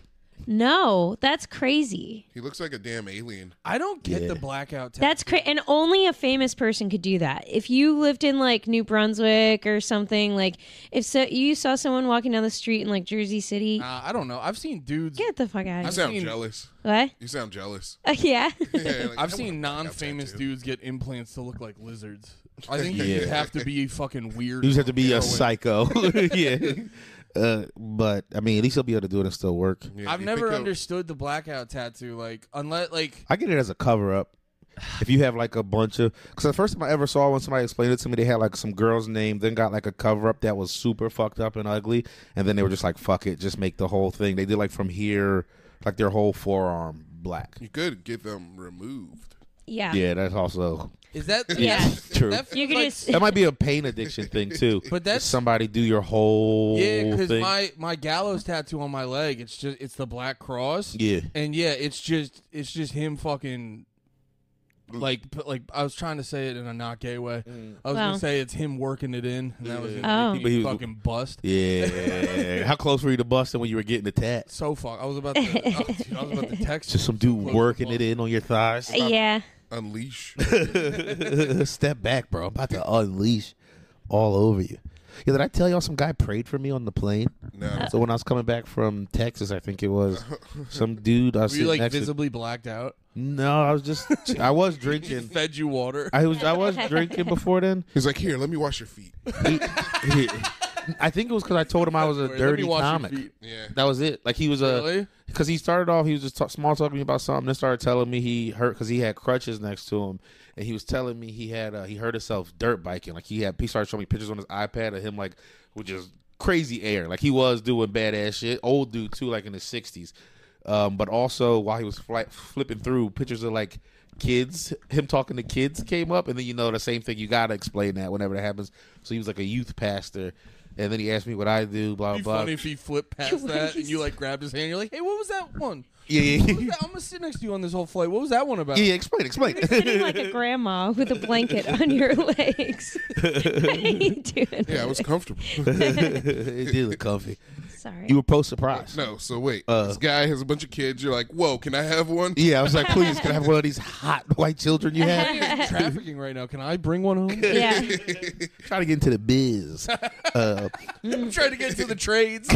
Speaker 4: No, that's crazy.
Speaker 3: He looks like a damn alien.
Speaker 1: I don't get
Speaker 2: Yeah.
Speaker 1: the blackout. Tattoo.
Speaker 4: That's cra- and only a famous person could do that. If you lived in like New Brunswick or something, like if so, you saw someone walking down the street in like Jersey City,
Speaker 1: Uh, I don't know. I've seen dudes.
Speaker 4: get the fuck out
Speaker 3: You
Speaker 4: of here.
Speaker 3: sound
Speaker 1: seen-
Speaker 3: jealous.
Speaker 4: What?
Speaker 3: You sound jealous.
Speaker 4: Uh, yeah.
Speaker 3: Yeah, like,
Speaker 1: I've
Speaker 3: I
Speaker 1: seen
Speaker 3: want a blackout
Speaker 1: non-famous
Speaker 3: tattoo.
Speaker 1: dudes get implants to look like lizards. I think you just
Speaker 2: Yeah.
Speaker 1: have to be fucking weird.
Speaker 2: You just have to be a psycho. yeah. Uh, but I mean, at least he'll be able to do it and still work.
Speaker 3: Yeah,
Speaker 1: I've
Speaker 3: you think
Speaker 1: never
Speaker 3: of-
Speaker 1: understood the blackout tattoo. Like, unless like
Speaker 2: I get it as a cover up. If you have like a bunch of, because the first time I ever saw when somebody explained it to me, they had like some girl's name, then got like a cover up that was super fucked up and ugly, and then they were just like, "Fuck it, just make the whole thing." They did like from here, like their whole forearm black.
Speaker 3: You could get them removed.
Speaker 4: Yeah.
Speaker 2: Yeah, that's also
Speaker 1: Is that
Speaker 4: Yeah.
Speaker 2: true.
Speaker 1: That feels
Speaker 4: You could
Speaker 1: like-
Speaker 4: just
Speaker 2: That might be a pain addiction thing too.
Speaker 1: But that's-
Speaker 2: somebody do your whole
Speaker 1: Yeah, because
Speaker 2: thing.
Speaker 1: my my gallows tattoo on my leg, it's just it's the black cross.
Speaker 2: Yeah.
Speaker 1: and yeah, it's just it's just him fucking. Like, p- like I was trying to say it in a not gay way. I was
Speaker 4: Wow.
Speaker 1: gonna say it's him working it in, and that was
Speaker 4: Oh.
Speaker 1: gonna make
Speaker 2: But he
Speaker 1: me
Speaker 2: was-
Speaker 1: fucking bust.
Speaker 2: yeah. How close were you to busting when you were getting the tat?
Speaker 1: So fuck, I was about to, oh, dude, I was about to text.
Speaker 2: Just some
Speaker 1: you. So
Speaker 2: dude
Speaker 1: close to
Speaker 2: working it
Speaker 1: bust.
Speaker 2: in on your thighs.
Speaker 4: yeah.
Speaker 3: Unleash.
Speaker 2: Step back, bro. I'm about to unleash all over you. Yeah, did I tell y'all some guy prayed for me on the plane?
Speaker 3: No.
Speaker 2: So when I was coming back from Texas, I think it was some dude. I was
Speaker 1: Were you
Speaker 2: sitting
Speaker 1: like
Speaker 2: next to-
Speaker 1: visibly blacked out?
Speaker 2: No, I was just. I was
Speaker 1: He
Speaker 2: drinking.
Speaker 1: fed you water.
Speaker 2: I was I was drinking before then.
Speaker 3: He's like, here, let me wash your feet.
Speaker 2: He- he- I think it was because I told him I was a
Speaker 1: Let me
Speaker 2: dirty
Speaker 1: wash your
Speaker 2: comic.
Speaker 1: feet.
Speaker 3: Yeah.
Speaker 2: That was it. Like he was a
Speaker 1: Really?
Speaker 2: because he started off. He was just ta small talking about something. Then started telling me he hurt because he had crutches next to him, and he was telling me he had uh, he hurt himself dirt biking. Like he had he started showing me pictures on his iPad of him like with just crazy air. Like he was doing badass shit. Old dude too, like in his sixties. Um, but also while he was fly, flipping through pictures of like kids, him talking to kids came up, and then you know the same thing. You gotta explain that whenever that happens. So he was like a youth pastor. And then he asked me what I do, blah
Speaker 1: It'd be
Speaker 2: blah.
Speaker 1: funny if he flipped past that and you like grabbed his hand. You're like, "Hey, what was that one?
Speaker 2: Yeah, yeah,
Speaker 1: What was that? I'm gonna sit next to you on this whole flight. What was that one about?"
Speaker 2: yeah. Explain, explain.
Speaker 4: Sitting like a grandma with a blanket on your legs. How you doing?
Speaker 3: Yeah, I was comfortable.
Speaker 2: it did look comfy.
Speaker 4: Sorry.
Speaker 2: You were post surprised.
Speaker 3: no, so wait. this guy has a bunch of kids. You're like, whoa, can I have one?
Speaker 2: Yeah, I was like, please, can I have one of these hot white children you have?
Speaker 1: trafficking right now. Can I bring one home?
Speaker 4: yeah.
Speaker 2: Trying to get into the biz. Uh,
Speaker 1: I'm trying to get to the trades.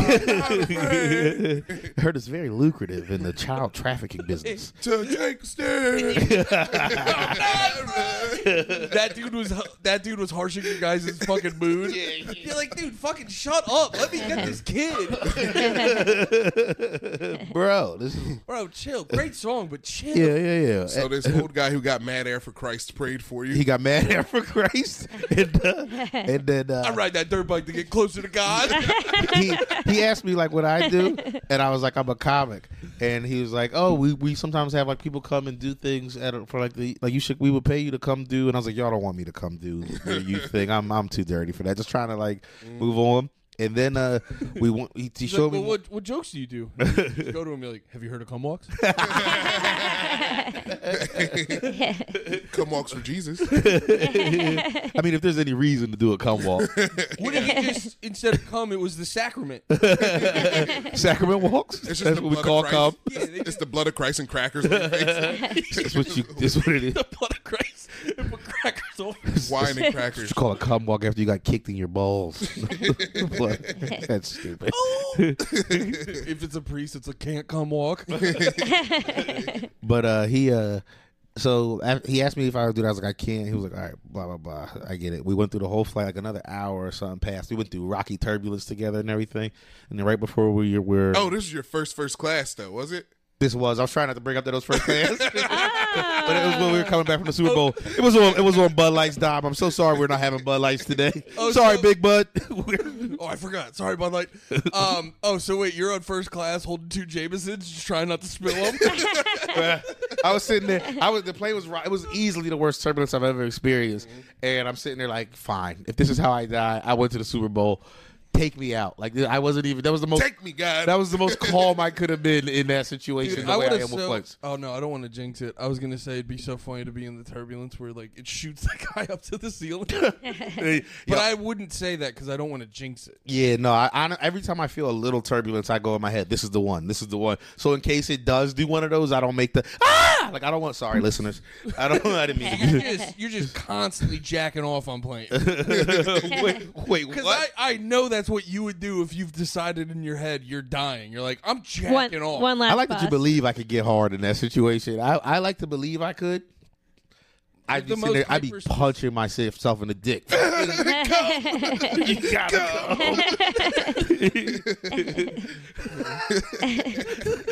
Speaker 2: heard it's very lucrative in the child trafficking business.
Speaker 3: To Jake Stern.
Speaker 1: that dude was that dude was harshing your guys' fucking mood. You're like, dude, fucking shut up. Let me get this kid,
Speaker 2: Bro, this is.
Speaker 1: bro. Chill. Great song, but chill.
Speaker 2: Yeah, yeah, yeah.
Speaker 3: so this old guy who got mad air for Christ prayed for you.
Speaker 2: he got mad at for Christ. And, uh, and then. Uh,
Speaker 1: I ride that dirt bike to get closer to God.
Speaker 2: he he asked me like what I do, and I was like I'm a comic, and he was like, oh, we, we sometimes have like people come and do things at a, for like the like you should we would pay you to come do, and I was like y'all don't want me to come do your youth thing. I'm I'm too dirty for that. Just trying to like move on. And then uh, we went, he, he
Speaker 1: Mm. He's like,
Speaker 2: showed
Speaker 1: well,
Speaker 2: me
Speaker 1: what, what jokes do you do? Just go to him and be like, have you heard of cum walks?
Speaker 3: Come walks for Jesus.
Speaker 2: I mean, if there's any reason to do a cum walk,
Speaker 1: What if you just, instead of cum, it was the sacrament?
Speaker 2: sacrament walks.
Speaker 3: It's just
Speaker 2: That's
Speaker 3: the
Speaker 2: what we
Speaker 3: blood
Speaker 2: call
Speaker 3: of
Speaker 2: cum.
Speaker 3: Christ. It's the blood of Christ and crackers. on your face.
Speaker 2: That's what you. That's what it is.
Speaker 1: the blood of Christ and put crackers over.
Speaker 3: Wine and
Speaker 2: You
Speaker 3: crackers.
Speaker 2: should call a cum walk after you got kicked in your balls. That's stupid.
Speaker 1: Oh! if it's a priest, it's a can't come walk.
Speaker 2: But uh, he uh, so af- he asked me if I would do that. I was like, I can't. He was like, all right, blah blah blah. I get it. We went through the whole flight, like another hour or something passed. We went through rocky turbulence together and everything. And then right before we were,
Speaker 3: Oh, this is your first first class though, was it?
Speaker 2: this was. I was trying not to bring up that it was first class, but it
Speaker 4: Oh.
Speaker 2: was when we were coming back from the Super Bowl. It was on. It was on Bud Light's dime. I'm so sorry we're not having Bud Lights today.
Speaker 1: Oh,
Speaker 2: sorry,
Speaker 1: so-
Speaker 2: Big Bud.
Speaker 1: oh, I forgot. Sorry, Bud Light. Um, oh, so wait, you're on first class holding two Jamesons, just trying not to spill them.
Speaker 2: I was sitting there. I was the plane was ro- it was easily the worst turbulence I've ever experienced, and I'm sitting there like, fine, if this is how I die, I went to the Super Bowl. Take me out. Like I wasn't even. That was the most.
Speaker 3: Take me, God.
Speaker 2: that was the most calm I could have been in that situation. the way I
Speaker 1: would've
Speaker 2: am with flex.
Speaker 1: Oh no, I don't want to jinx it. I was gonna say it'd be so funny to be in the turbulence where like it shoots the guy up to the ceiling.
Speaker 2: But
Speaker 1: But I wouldn't say that because I don't want to jinx it.
Speaker 2: Yeah, no. I, I every time I feel a little turbulence, I go in my head. This is the one. This is the one. So in case it does do one of those, I don't make the ah. Like I don't want. Sorry, listeners. I don't. I didn't mean. To do
Speaker 1: You're just, you're just constantly jacking off on plane.
Speaker 2: that. wait, wait.
Speaker 1: Because
Speaker 2: What?
Speaker 1: I, I know that's what you would do if you've decided in your head you're dying. You're like, I'm
Speaker 4: One,
Speaker 1: jacking off.
Speaker 4: one last
Speaker 2: I like that you
Speaker 4: bus.
Speaker 2: believe I could get hard in that situation. I, I like to believe I could. I'd be,
Speaker 1: the
Speaker 2: sitting there,
Speaker 1: most
Speaker 2: I'd be
Speaker 1: hyper-
Speaker 2: punching myself in the dick. You gotta go.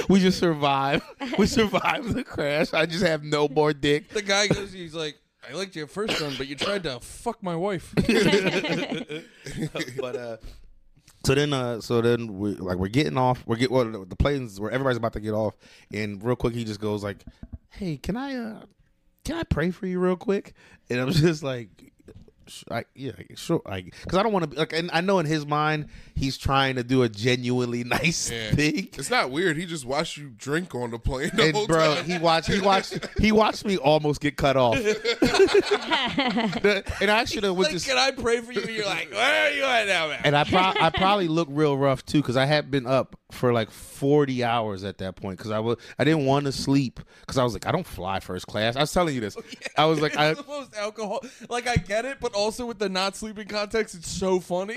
Speaker 2: we just survived. We survived the crash. I just have no more dick.
Speaker 1: The guy goes, he's like, I liked your first one, but you tried to fuck my wife.
Speaker 2: but uh so then uh so then we like we're getting off we're get well the planes where everybody's about to get off and real quick he just goes like hey can i uh can I pray for you real quick? And I'm just like, sh- I, yeah, sure. Because I don't want to be like, and I know in his mind, he's trying to do a genuinely nice
Speaker 3: Yeah.
Speaker 2: thing.
Speaker 3: It's not weird. He just watched you drink on the plane the whole
Speaker 2: And bro,
Speaker 3: time.
Speaker 2: he watched, he watched, he watched me almost get cut off. The- and I should have was
Speaker 1: Like,
Speaker 2: just,
Speaker 1: can I pray for you? And you're like, where are you at now, man?
Speaker 2: and I, pro- I probably looked real rough too because I had been up for like 40 hours at that point because I was, I didn't want to sleep because I was like, I don't fly first class. I was telling you this. I was like,
Speaker 1: it's
Speaker 2: I,
Speaker 1: the most alcohol. Like I get it, but also with the not sleeping context, it's so funny.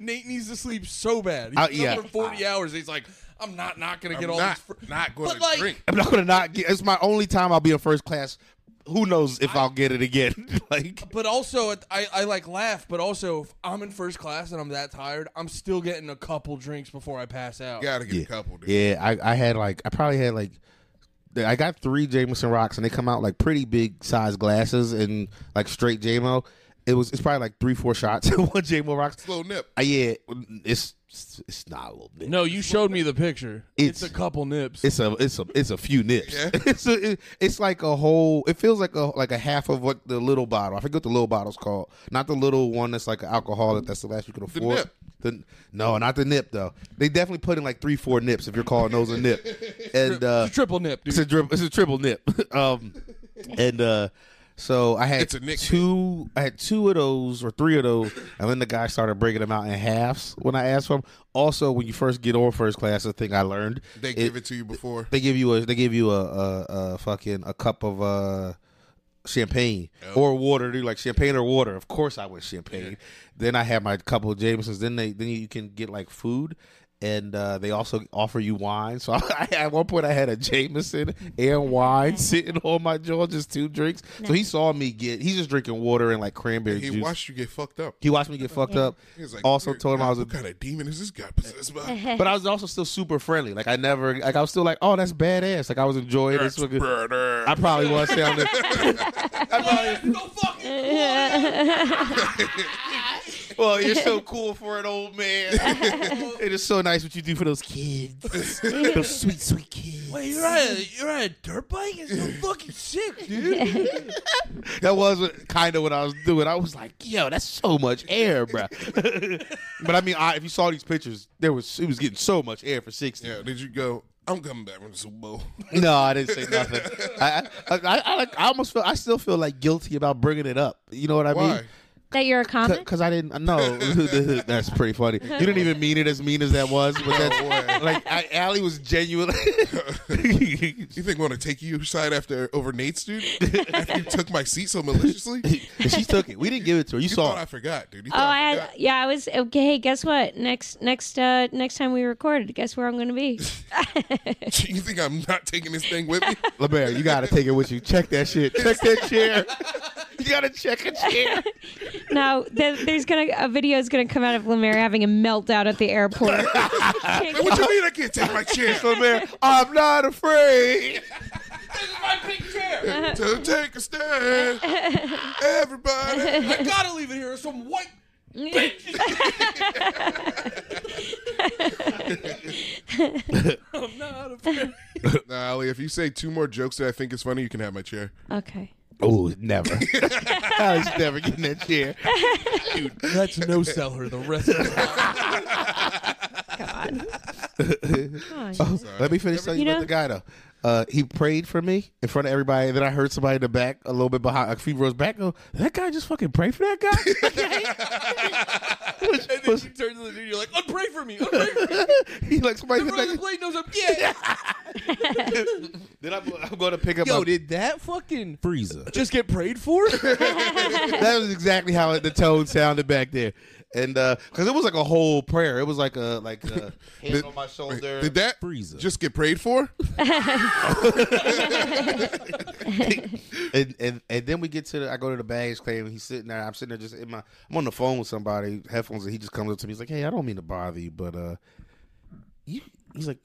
Speaker 1: Nate needs to sleep so bad. He's
Speaker 2: Uh,
Speaker 1: been
Speaker 2: yeah.
Speaker 1: up for forty hours. He's like, I'm not not gonna get
Speaker 3: I'm
Speaker 1: all
Speaker 3: not,
Speaker 1: this. Fr-
Speaker 3: not going
Speaker 1: But,
Speaker 3: to
Speaker 1: like-
Speaker 3: drink.
Speaker 2: I'm not gonna not get. It's my only time I'll be in first class. Who knows if I, will get it again? like,
Speaker 1: but also, it- I, I like laugh. But also, if I'm in first class and I'm that tired, I'm still getting a couple drinks before I pass out.
Speaker 3: You gotta get a couple. Dude.
Speaker 2: yeah, I, I had like I probably had like I got three Jameson rocks and they come out like pretty big size glasses and like straight JMO. It was it's probably like three four shots in one JMO rocks.
Speaker 3: Slow nip.
Speaker 2: Uh, yeah, it's it's not a little bit.
Speaker 1: No, you showed me the picture. It's,
Speaker 2: It's-
Speaker 1: a couple nips.
Speaker 2: It's a it's a it's a few nips.
Speaker 3: Yeah.
Speaker 2: it's a, it- it's like a whole. It feels like a like a half of what the little bottle. I forget what the little bottle's called. Not the little one that's like an alcoholic. That's the last you can afford.
Speaker 3: nip.
Speaker 2: The- no, not the nip though. They definitely put in like three four nips if you're calling those a nip. And uh,
Speaker 1: It's a triple nip,
Speaker 2: it's a
Speaker 1: dude.
Speaker 2: drib- it's a triple nip. um, and uh, so I had
Speaker 3: It's a nickname.
Speaker 2: two. I had two of those or three of those, and then the guy started breaking them out in halves when I asked for them. Also, when you first get on first class, the thing I learned
Speaker 3: They give it to you before.
Speaker 2: they give you a they give you a, a, a fucking a cup of uh champagne or water. Do like champagne or water? Of course, I went champagne. Then I had my couple of Jamesons. Then they then you can get like food. And uh, they also offer you wine. So I, at one point, I had a Jameson and wine sitting on my jaw, just two drinks. So he saw me get. He's just drinking water and like cranberry
Speaker 3: He
Speaker 2: juice.
Speaker 3: watched you get fucked up.
Speaker 2: he watched me get fucked up.
Speaker 3: He was like,
Speaker 2: also
Speaker 3: "Weird
Speaker 2: told him
Speaker 3: guy.
Speaker 2: I was a
Speaker 3: What kind of demon is this guy possessed by?
Speaker 2: but I was also still super friendly. Like I never, like I was still like, oh, that's badass. Like I was enjoying this. fucking-
Speaker 3: Brother.
Speaker 2: I probably was sounding.
Speaker 1: No fucking.
Speaker 2: well, you're so cool for an old man. it is so nice what you do for those kids, those sweet, sweet kids.
Speaker 1: Wait, you're on a, you're on a dirt bike? It's so fucking sick, dude.
Speaker 2: That was kind of what I was doing. I was like, yo, that's so much air, bro. but I mean, I, if you saw these pictures, there was it was getting so much air for sixty.
Speaker 3: Yeah, did you go? I'm coming back from the Super Bowl.
Speaker 2: No, I didn't say nothing. I, I, I, I, like, I almost feel I still feel like guilty about bringing it up. You know what I
Speaker 3: Why?
Speaker 2: mean?
Speaker 4: that you're a comic?
Speaker 2: Because I didn't know. that's pretty funny. You didn't even mean it as mean as that was. But that's, like, I, Allie was genuinely.
Speaker 3: You think I want to take you side after over Nate's dude? after you took my seat so maliciously? You
Speaker 2: she took it. We didn't give it to her. You,
Speaker 3: thought
Speaker 2: saw
Speaker 3: I
Speaker 2: it.
Speaker 3: forgot, dude. You
Speaker 4: Oh,
Speaker 3: thought
Speaker 4: I had,
Speaker 3: forgot.
Speaker 4: yeah, I was okay. Hey, guess what? Next, next, uh, next time we record, guess where I'm gonna be?
Speaker 3: You think I'm not taking this thing with me?
Speaker 2: LeBaron, you got to take it with you. Check that shit. Check that chair. You got to check a chair.
Speaker 4: no, there, there's gonna a video is gonna come out of Lemire having a meltdown at the airport.
Speaker 3: Like, what you mean I can't take my chair?
Speaker 2: LeBaron, I'm not afraid.
Speaker 1: this is my big chair.
Speaker 3: to take a stand, everybody.
Speaker 1: I gotta leave it here. There's Some white I'm not afraid.
Speaker 3: Nah, Ali, if you say two more jokes that I think is funny, you can have my chair.
Speaker 4: okay.
Speaker 2: Oh, never. Allie's never getting that chair.
Speaker 1: Let's no sell her the rest of the
Speaker 4: Oh,
Speaker 2: Let me finish telling you,
Speaker 4: You
Speaker 2: about
Speaker 4: know-
Speaker 2: the guy though. Uh, he prayed for me in front of everybody, and then I heard somebody in the back, a little bit behind, a few rows back, go, "That guy just fucking prayed for that guy." Which
Speaker 1: And then
Speaker 2: was-
Speaker 1: you turn to the dude, you're like, unpray for me, unpray for me.
Speaker 2: he like somebody.
Speaker 1: The
Speaker 2: hit
Speaker 1: brother
Speaker 2: that-
Speaker 1: plate knows I'm yeah.
Speaker 2: Then I'm, I'm going to pick up. my
Speaker 1: did that fucking
Speaker 2: freezer.
Speaker 1: just get prayed for?
Speaker 2: that was exactly how it, the tone sounded back there, and because it was like a whole prayer. It was like a like uh, a hand on my shoulder.
Speaker 3: Did that
Speaker 2: Freezer.
Speaker 3: just get prayed for?
Speaker 2: and, and and then we get to the I go to the baggage claim and he's sitting there. I'm sitting there just in my I'm on the phone with somebody, headphones, and he just comes up to me. He's like, Hey, I don't mean to bother you, but uh you he's like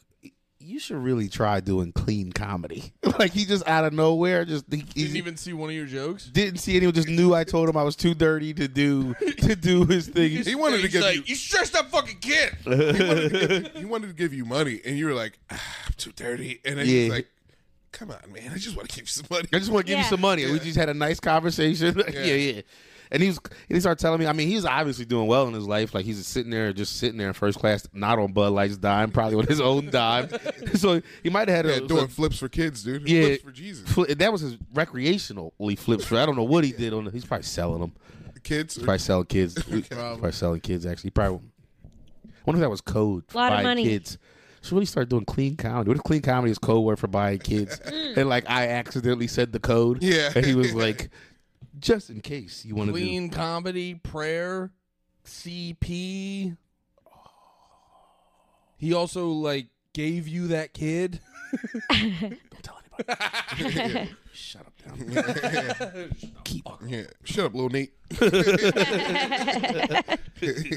Speaker 2: you should really try doing clean comedy. like he just out of nowhere, just he, he
Speaker 1: Didn't even see one of your jokes.
Speaker 2: didn't see anyone, just knew I told him I was too dirty to do to do his thing.
Speaker 3: He wanted to
Speaker 1: He's
Speaker 3: give
Speaker 1: like,
Speaker 3: you.
Speaker 1: you stressed up fucking kid.
Speaker 3: He wanted to give you money, and you were like, ah, "I'm too dirty," and then he's
Speaker 2: Yeah.
Speaker 3: like, come on, man. I just want to give you some money.
Speaker 2: I just want to give
Speaker 4: Yeah.
Speaker 2: you some money. We
Speaker 3: Yeah.
Speaker 2: just had a nice conversation. yeah. yeah, And he was and he started telling me. I mean, he's obviously doing well in his life. Like he's just sitting there, just sitting there in first class, not on Bud Light's dime, probably on his own dime. so he might have had
Speaker 3: Yeah,
Speaker 2: a
Speaker 3: doing flips for kids, dude.
Speaker 2: Yeah.
Speaker 3: Flips for Jesus.
Speaker 2: fl- that was his recreationally flips. For, I don't know what he did on. The, he's probably selling them.
Speaker 3: Kids.
Speaker 2: Probably selling kids.
Speaker 1: Probably.
Speaker 2: Probably selling kids. Actually, probably. I wonder if that was code for
Speaker 4: Lot of
Speaker 2: buying
Speaker 4: money.
Speaker 2: kids. Should really start doing clean comedy. What if clean comedy is code word for buying kids?
Speaker 4: Mm.
Speaker 2: and like I accidentally said the code.
Speaker 3: Yeah.
Speaker 2: and he was like, just in case you want to do.
Speaker 1: Clean comedy, prayer, CP. He also like gave you that kid.
Speaker 2: Don't tell anybody. Shut up. Down.
Speaker 3: yeah. Shut up, little Nate.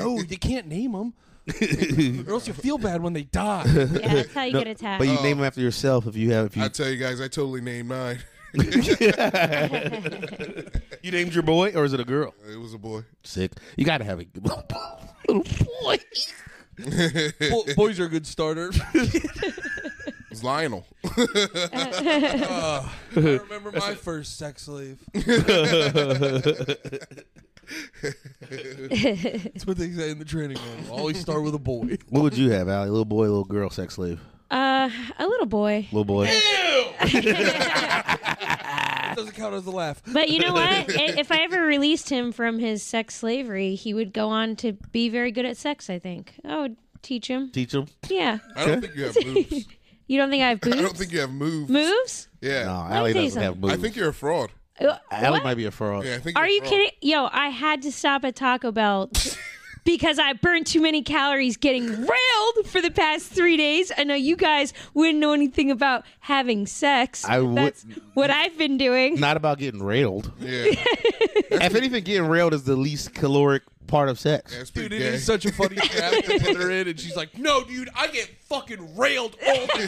Speaker 1: oh, you can't name him, or else you feel bad when they die.
Speaker 4: Yeah, that's how you get attacked.
Speaker 2: But you name them after yourself if you have. If you,
Speaker 3: Oh. I tell you guys, I totally named mine.
Speaker 2: you named your boy or is it a girl?
Speaker 3: It was a boy.
Speaker 2: Sick. You gotta have a little boy.
Speaker 1: Bo- boys are a good starter.
Speaker 3: It was Lionel.
Speaker 1: Uh, I remember my first sex slave. That's what they say in the training room. Always start with a boy.
Speaker 2: What would you have, Allie? Little boy, little girl, sex slave.
Speaker 4: uh, a little boy.
Speaker 2: Little boy.
Speaker 3: Eh.
Speaker 1: That doesn't count as a laugh.
Speaker 4: But you know what? I- if I ever released him from his sex slavery, he would go on to be very good at sex. I think. I would teach him.
Speaker 2: Teach him.
Speaker 4: Yeah.
Speaker 3: I don't think you have moves.
Speaker 4: You don't think I have boobs?
Speaker 3: I don't think you have moves.
Speaker 4: moves.
Speaker 3: Yeah.
Speaker 2: No, Allie
Speaker 4: tell you
Speaker 2: doesn't have
Speaker 4: something.
Speaker 2: boobs.
Speaker 3: I think you're a fraud.
Speaker 4: Uh,
Speaker 2: Allie
Speaker 4: what?
Speaker 2: might be a fraud.
Speaker 3: Yeah, I think.
Speaker 4: Are
Speaker 3: you're
Speaker 4: you
Speaker 3: a fraud.
Speaker 4: kidding? Yo, I had to stop at Taco Bell t- because I burned too many calories getting railed for the past three days. I know you guys wouldn't know anything about having sex.
Speaker 2: I would-
Speaker 4: That's what I've been doing.
Speaker 2: Not about getting railed.
Speaker 3: Yeah.
Speaker 2: if anything, getting railed is the least caloric part of sex.
Speaker 3: That's pretty
Speaker 1: Dude, it is
Speaker 3: gay.
Speaker 1: such a funny trap to put her in, and she's like, "No, dude, I get fucking railed all the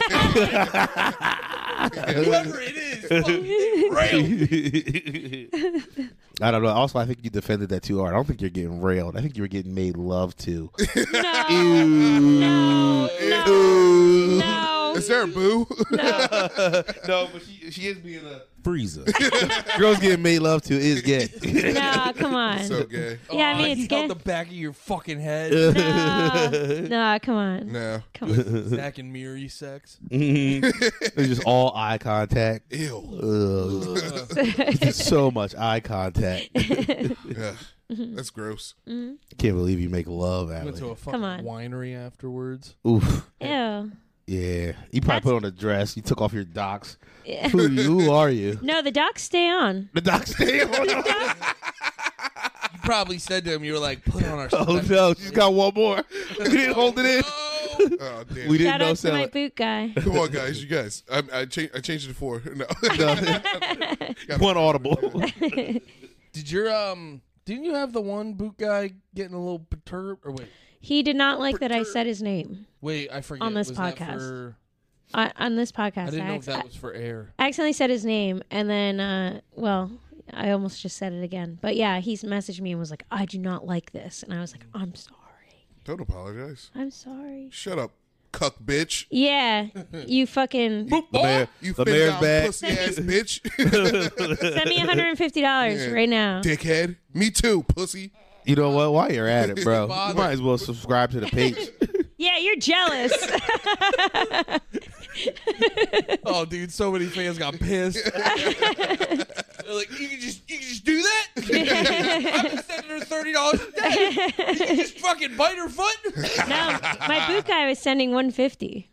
Speaker 1: time. Whoever it is, fucking get railed."
Speaker 2: I don't know. Also, I think you defended that too hard. I don't think you're getting railed. I think you were getting made love to.
Speaker 4: No, no, no,
Speaker 2: Ooh.
Speaker 4: no.
Speaker 3: Is there a boo?
Speaker 2: No, but she, she is being a freezer. Girls getting made love to is gay.
Speaker 4: No, come on.
Speaker 3: so gay.
Speaker 4: yeah, I
Speaker 1: Aw,
Speaker 4: mean,
Speaker 1: he
Speaker 4: it's gay.
Speaker 1: held the back of your fucking head.
Speaker 4: No, no, come on.
Speaker 3: No.
Speaker 1: Zach and Miri sex.
Speaker 2: it's just all eye contact.
Speaker 3: Ew.
Speaker 2: Ugh. There's so much eye contact. Can't
Speaker 3: Ugh. That's gross.
Speaker 2: believe you make love,
Speaker 1: Went to a
Speaker 2: Allie.
Speaker 1: fucking
Speaker 4: on.
Speaker 1: winery afterwards.
Speaker 2: Oof.
Speaker 4: Ew.
Speaker 2: Yeah. You probably put on a dress. You took off your docs.
Speaker 4: Yeah.
Speaker 2: Who, who are you?
Speaker 4: No, the docs stay on.
Speaker 2: The docs stay on.
Speaker 1: You probably said to him, "You were like, put on our."
Speaker 2: Oh no, she's got one more. We didn't hold it in.
Speaker 3: Oh, damn.
Speaker 2: We didn't
Speaker 4: Shout
Speaker 2: know
Speaker 4: out to my
Speaker 2: selling.
Speaker 4: boot guy.
Speaker 3: Come on, guys. You guys. I, I, cha- I changed it to four. No.
Speaker 2: One audible.
Speaker 1: Did your um? Didn't you have the one boot guy getting a little perturbed? Or wait,
Speaker 4: He did not like that I said his name
Speaker 1: wait, I forget.
Speaker 4: On this
Speaker 1: was that
Speaker 4: podcast.
Speaker 1: for-
Speaker 4: on, on this
Speaker 1: I
Speaker 4: podcast.
Speaker 1: didn't know
Speaker 4: I
Speaker 1: if
Speaker 4: acc-
Speaker 1: that was for air.
Speaker 4: I accidentally said his name, and then, uh, well, I almost just said it again. But yeah, he's messaged me and was like, "I do not like this," and I was like, "I'm sorry,
Speaker 3: Don't apologize.
Speaker 4: I'm sorry."
Speaker 3: Shut up, cuck bitch.
Speaker 4: Yeah, you fucking
Speaker 2: The mayor,
Speaker 3: You
Speaker 2: the
Speaker 3: fin
Speaker 2: mayor's
Speaker 3: down
Speaker 2: back.
Speaker 3: pussy ass bitch.
Speaker 4: send me 150 dollars right now.
Speaker 3: Dickhead. Me too, pussy.
Speaker 2: You know what? While you're at it, bro, you
Speaker 1: Bother.
Speaker 2: might as well subscribe to the page.
Speaker 4: Yeah, you're jealous.
Speaker 1: Oh, dude, so many fans got pissed. They're like, you can just you can just do that. I've been sending her thirty dollars a day. You can just fucking bite her foot.
Speaker 4: no, my boot guy was sending 150.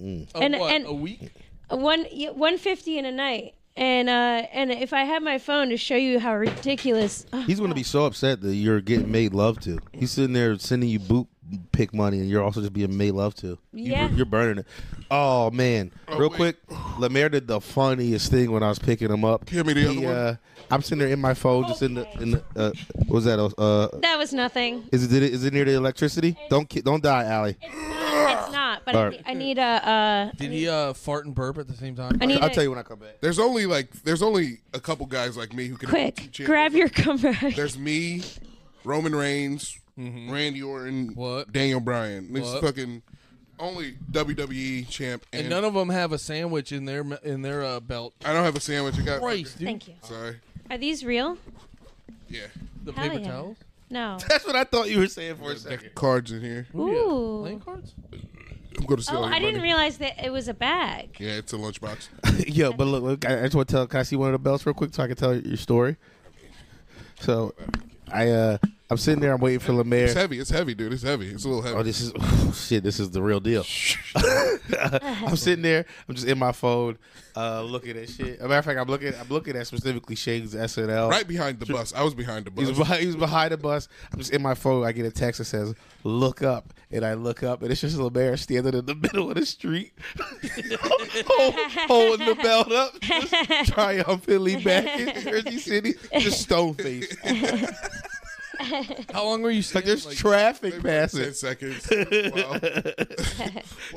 Speaker 1: A
Speaker 4: And-
Speaker 1: what?
Speaker 4: and-
Speaker 1: a week.
Speaker 4: one yeah, 150 in a night and uh and if i had my phone to show you how ridiculous Ugh,
Speaker 2: He's gonna be so upset that you're getting made love to. He's sitting there sending you boot pick money, and you're also just being made love to. You-
Speaker 4: Yeah.
Speaker 2: you're burning it. Oh man, real
Speaker 3: wait.
Speaker 2: quick, Lemaire did the funniest thing when I was picking him up.
Speaker 3: Give me the other one.
Speaker 2: Uh, I'm sitting there in my phone, just in the in the. Uh, what was that? Uh,
Speaker 4: that was nothing
Speaker 2: is it did it is it near the electricity? Don't ki- don't die, Allie.
Speaker 4: it's not but I,
Speaker 2: All
Speaker 4: need, I need a uh
Speaker 1: Did he uh fart and burp at the same time?
Speaker 4: i need
Speaker 2: I'll
Speaker 4: a-
Speaker 2: tell you when I come back.
Speaker 3: There's only like there's only a couple guys like me who can
Speaker 4: quick
Speaker 3: Cheer-
Speaker 4: grab your comeback
Speaker 3: There's me, Roman Reigns, Randy Orton,
Speaker 1: What?
Speaker 3: Daniel Bryan. These
Speaker 1: What?
Speaker 3: fucking only WWE champ, and,
Speaker 1: And none of them have a sandwich in their in their uh, belt.
Speaker 3: I don't have a sandwich. I got
Speaker 1: Christ, dude.
Speaker 4: Thank you.
Speaker 3: Sorry.
Speaker 4: Are these real?
Speaker 3: Yeah.
Speaker 1: The
Speaker 4: Hell
Speaker 1: paper
Speaker 4: yeah.
Speaker 1: towels.
Speaker 4: No.
Speaker 2: That's what I thought you were saying for a
Speaker 3: Deck
Speaker 2: second.
Speaker 3: of cards in here.
Speaker 1: Ooh, yeah.
Speaker 4: Ooh.
Speaker 1: Playing cards.
Speaker 3: I'm going to sell
Speaker 4: Oh,
Speaker 3: all your
Speaker 4: I didn't
Speaker 3: money.
Speaker 4: realize that it was a bag.
Speaker 3: Yeah, it's a lunchbox.
Speaker 2: Yo, but look, look I I just want to tell. Can I see one of the belts real quick so I can tell your story? So, I uh, I'm sitting there. I'm waiting for
Speaker 3: It's
Speaker 2: Lemaire.
Speaker 3: heavy. It's heavy, dude. It's heavy. It's a little heavy.
Speaker 2: Oh, this is shit. This is the real deal. I'm sitting there. I'm just in my phone, uh, looking at shit. As a matter of fact, I'm looking. I'm looking at specifically Shane's SNL.
Speaker 3: right behind the bus. I was behind the bus.
Speaker 2: He's behind, he's behind the bus. I'm just in my phone. I get a text that says, "Look up," and I look up, and it's just LeBaron standing in the middle of the street, hold- holding the belt up, just triumphantly back in Jersey City, just stone faced.
Speaker 1: How long were you
Speaker 2: Like
Speaker 1: standing?
Speaker 2: there's traffic
Speaker 3: Maybe like
Speaker 2: passing,
Speaker 3: Ten seconds. Wow.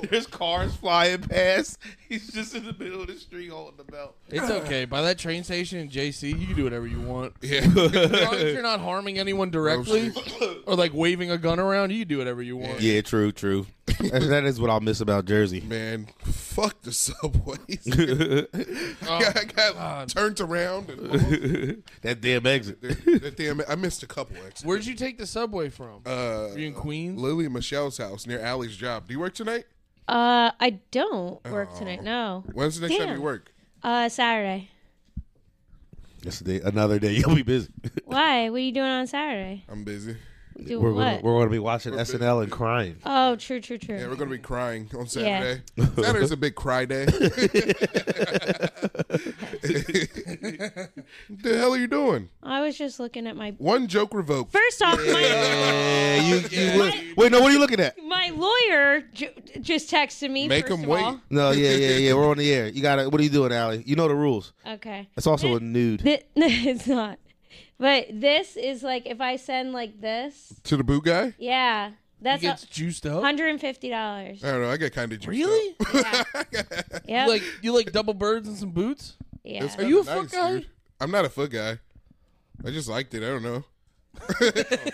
Speaker 2: there's cars flying past. He's just in the middle of the street holding the belt.
Speaker 1: it's okay. By that train station in JC, you can do whatever you want.
Speaker 3: Yeah.
Speaker 1: As long as you're not harming anyone directly or like waving a gun around, you can do whatever you want.
Speaker 2: Yeah, true, true. that is what I'll miss about Jersey.
Speaker 3: Man, fuck the subways. I got turned around. And
Speaker 2: That damn exit.
Speaker 3: that damn, I missed a couple actually.
Speaker 1: Where'd you take the subway from?
Speaker 3: Uh,
Speaker 1: Were you in Queens?
Speaker 3: Lily and Michelle's house near Allie's job. Do you work tonight?
Speaker 4: Uh, I don't work tonight. No.
Speaker 3: When's the next time
Speaker 4: Damn.
Speaker 3: you work?
Speaker 4: Uh, Saturday.
Speaker 2: That's a day, another day. You'll be busy.
Speaker 4: Why? What are you doing on Saturday?
Speaker 3: I'm busy.
Speaker 4: Do
Speaker 2: we're
Speaker 4: what?
Speaker 2: Gonna, we're going to be watching SNL and crying.
Speaker 4: oh, true, true, true.
Speaker 3: Yeah, we're gonna be crying on Saturday. Saturday's a big cry day. the hell are you doing?
Speaker 4: I was just looking at my.
Speaker 3: One joke revoked.
Speaker 4: First off,
Speaker 2: Yeah, you, you look, wait, no, what are you looking at?
Speaker 4: my my lawyer ju- just texted me.
Speaker 3: Make
Speaker 4: first
Speaker 3: 'em
Speaker 4: of
Speaker 3: wait.
Speaker 4: all.
Speaker 2: No, yeah, yeah, yeah. We're on the air. You got to What are you doing, Allie? You know the rules.
Speaker 4: Okay.
Speaker 2: It's also a nude.
Speaker 4: Th- no, it's not. But this is like if I send like this,
Speaker 3: To the boo guy?
Speaker 4: yeah,
Speaker 1: He
Speaker 4: that's a
Speaker 1: gets juiced up.
Speaker 4: hundred and fifty dollars.
Speaker 3: I don't know. I got kind of
Speaker 1: Really?
Speaker 4: Yeah,
Speaker 1: You like you like double birds and some boots?
Speaker 4: yeah.
Speaker 1: Are you a foot guy?
Speaker 3: I'm not a foot guy. I just liked it. I don't know.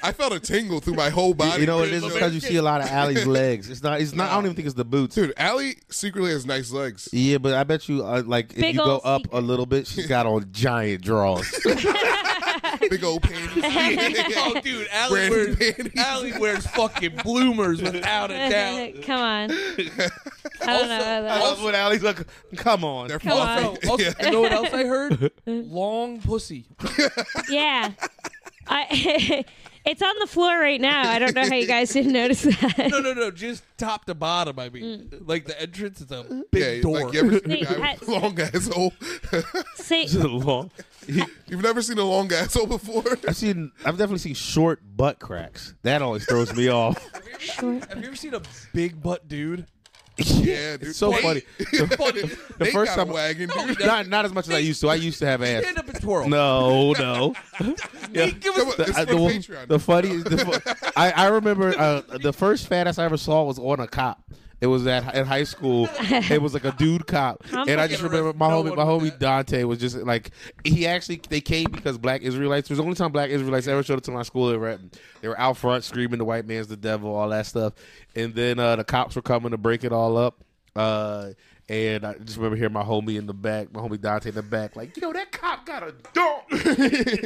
Speaker 3: I felt a tingle through my whole body.
Speaker 2: You know what it is? Because you see a lot of Allie's legs. It's not. It's not. I don't even think it's the boots.
Speaker 3: Dude, Allie secretly has nice legs.
Speaker 2: Yeah, but I bet you, uh, like, if
Speaker 4: Big
Speaker 2: you go
Speaker 4: old
Speaker 2: up a
Speaker 4: secret.
Speaker 2: little bit, she's got on giant draws.
Speaker 3: Big old panties.
Speaker 1: Oh, dude, Allie wears,
Speaker 3: Brandon panties.
Speaker 1: Allie wears fucking bloomers without a doubt.
Speaker 4: Come on. I don't know. about that.
Speaker 2: That's what Allie's like. Come on.
Speaker 3: They're
Speaker 4: Come on.
Speaker 3: fluffy.
Speaker 1: Also, also, you know what else I heard? Long pussy.
Speaker 4: Yeah. I it's on the floor right now. I don't know how you guys didn't notice that.
Speaker 1: No, no, no. Just top to bottom. I mean,
Speaker 4: Mm.
Speaker 1: like the entrance is a
Speaker 3: Yeah,
Speaker 1: big door.
Speaker 3: like you ever seen a
Speaker 4: Wait,
Speaker 3: guy with a
Speaker 4: I-
Speaker 3: long asshole?
Speaker 4: Say
Speaker 2: long.
Speaker 3: You've never seen a long asshole before?
Speaker 2: I've seen. I've definitely seen short butt cracks. That always throws me off.
Speaker 4: short.
Speaker 1: Have you ever seen a big butt dude?
Speaker 3: Yeah, dude.
Speaker 2: It's so
Speaker 3: They-
Speaker 2: funny.
Speaker 1: Funny.
Speaker 2: The
Speaker 3: they
Speaker 2: first
Speaker 3: got
Speaker 2: time,
Speaker 3: a wagon, dude.
Speaker 2: not not as much as I used to. I used to have ass.
Speaker 1: Stand up and twirl.
Speaker 2: No, no. Yeah.
Speaker 1: Give
Speaker 3: Come on,
Speaker 1: us the,
Speaker 3: it's
Speaker 2: I-
Speaker 3: for
Speaker 2: the, one-
Speaker 3: Patreon.
Speaker 2: the funniest. The fu- I, I remember uh, the first fat ass I ever saw was on a cop. It was at in high school. It was like a dude cop,
Speaker 4: I'm
Speaker 2: and I
Speaker 4: fucking
Speaker 2: just remember
Speaker 1: arrested.
Speaker 2: my
Speaker 1: No
Speaker 2: homie,
Speaker 1: one
Speaker 2: my
Speaker 1: would
Speaker 2: homie Dante was just like he actually they came because black Israelites. It was the only time black Israelites ever showed up to my school. They were at, they were out front screaming the white man's the devil, all that stuff, and then uh, the cops were coming to break it all up. Uh, and I just remember hearing my homie in the back, my homie Dante in the back, like, you know, that cop got a dog.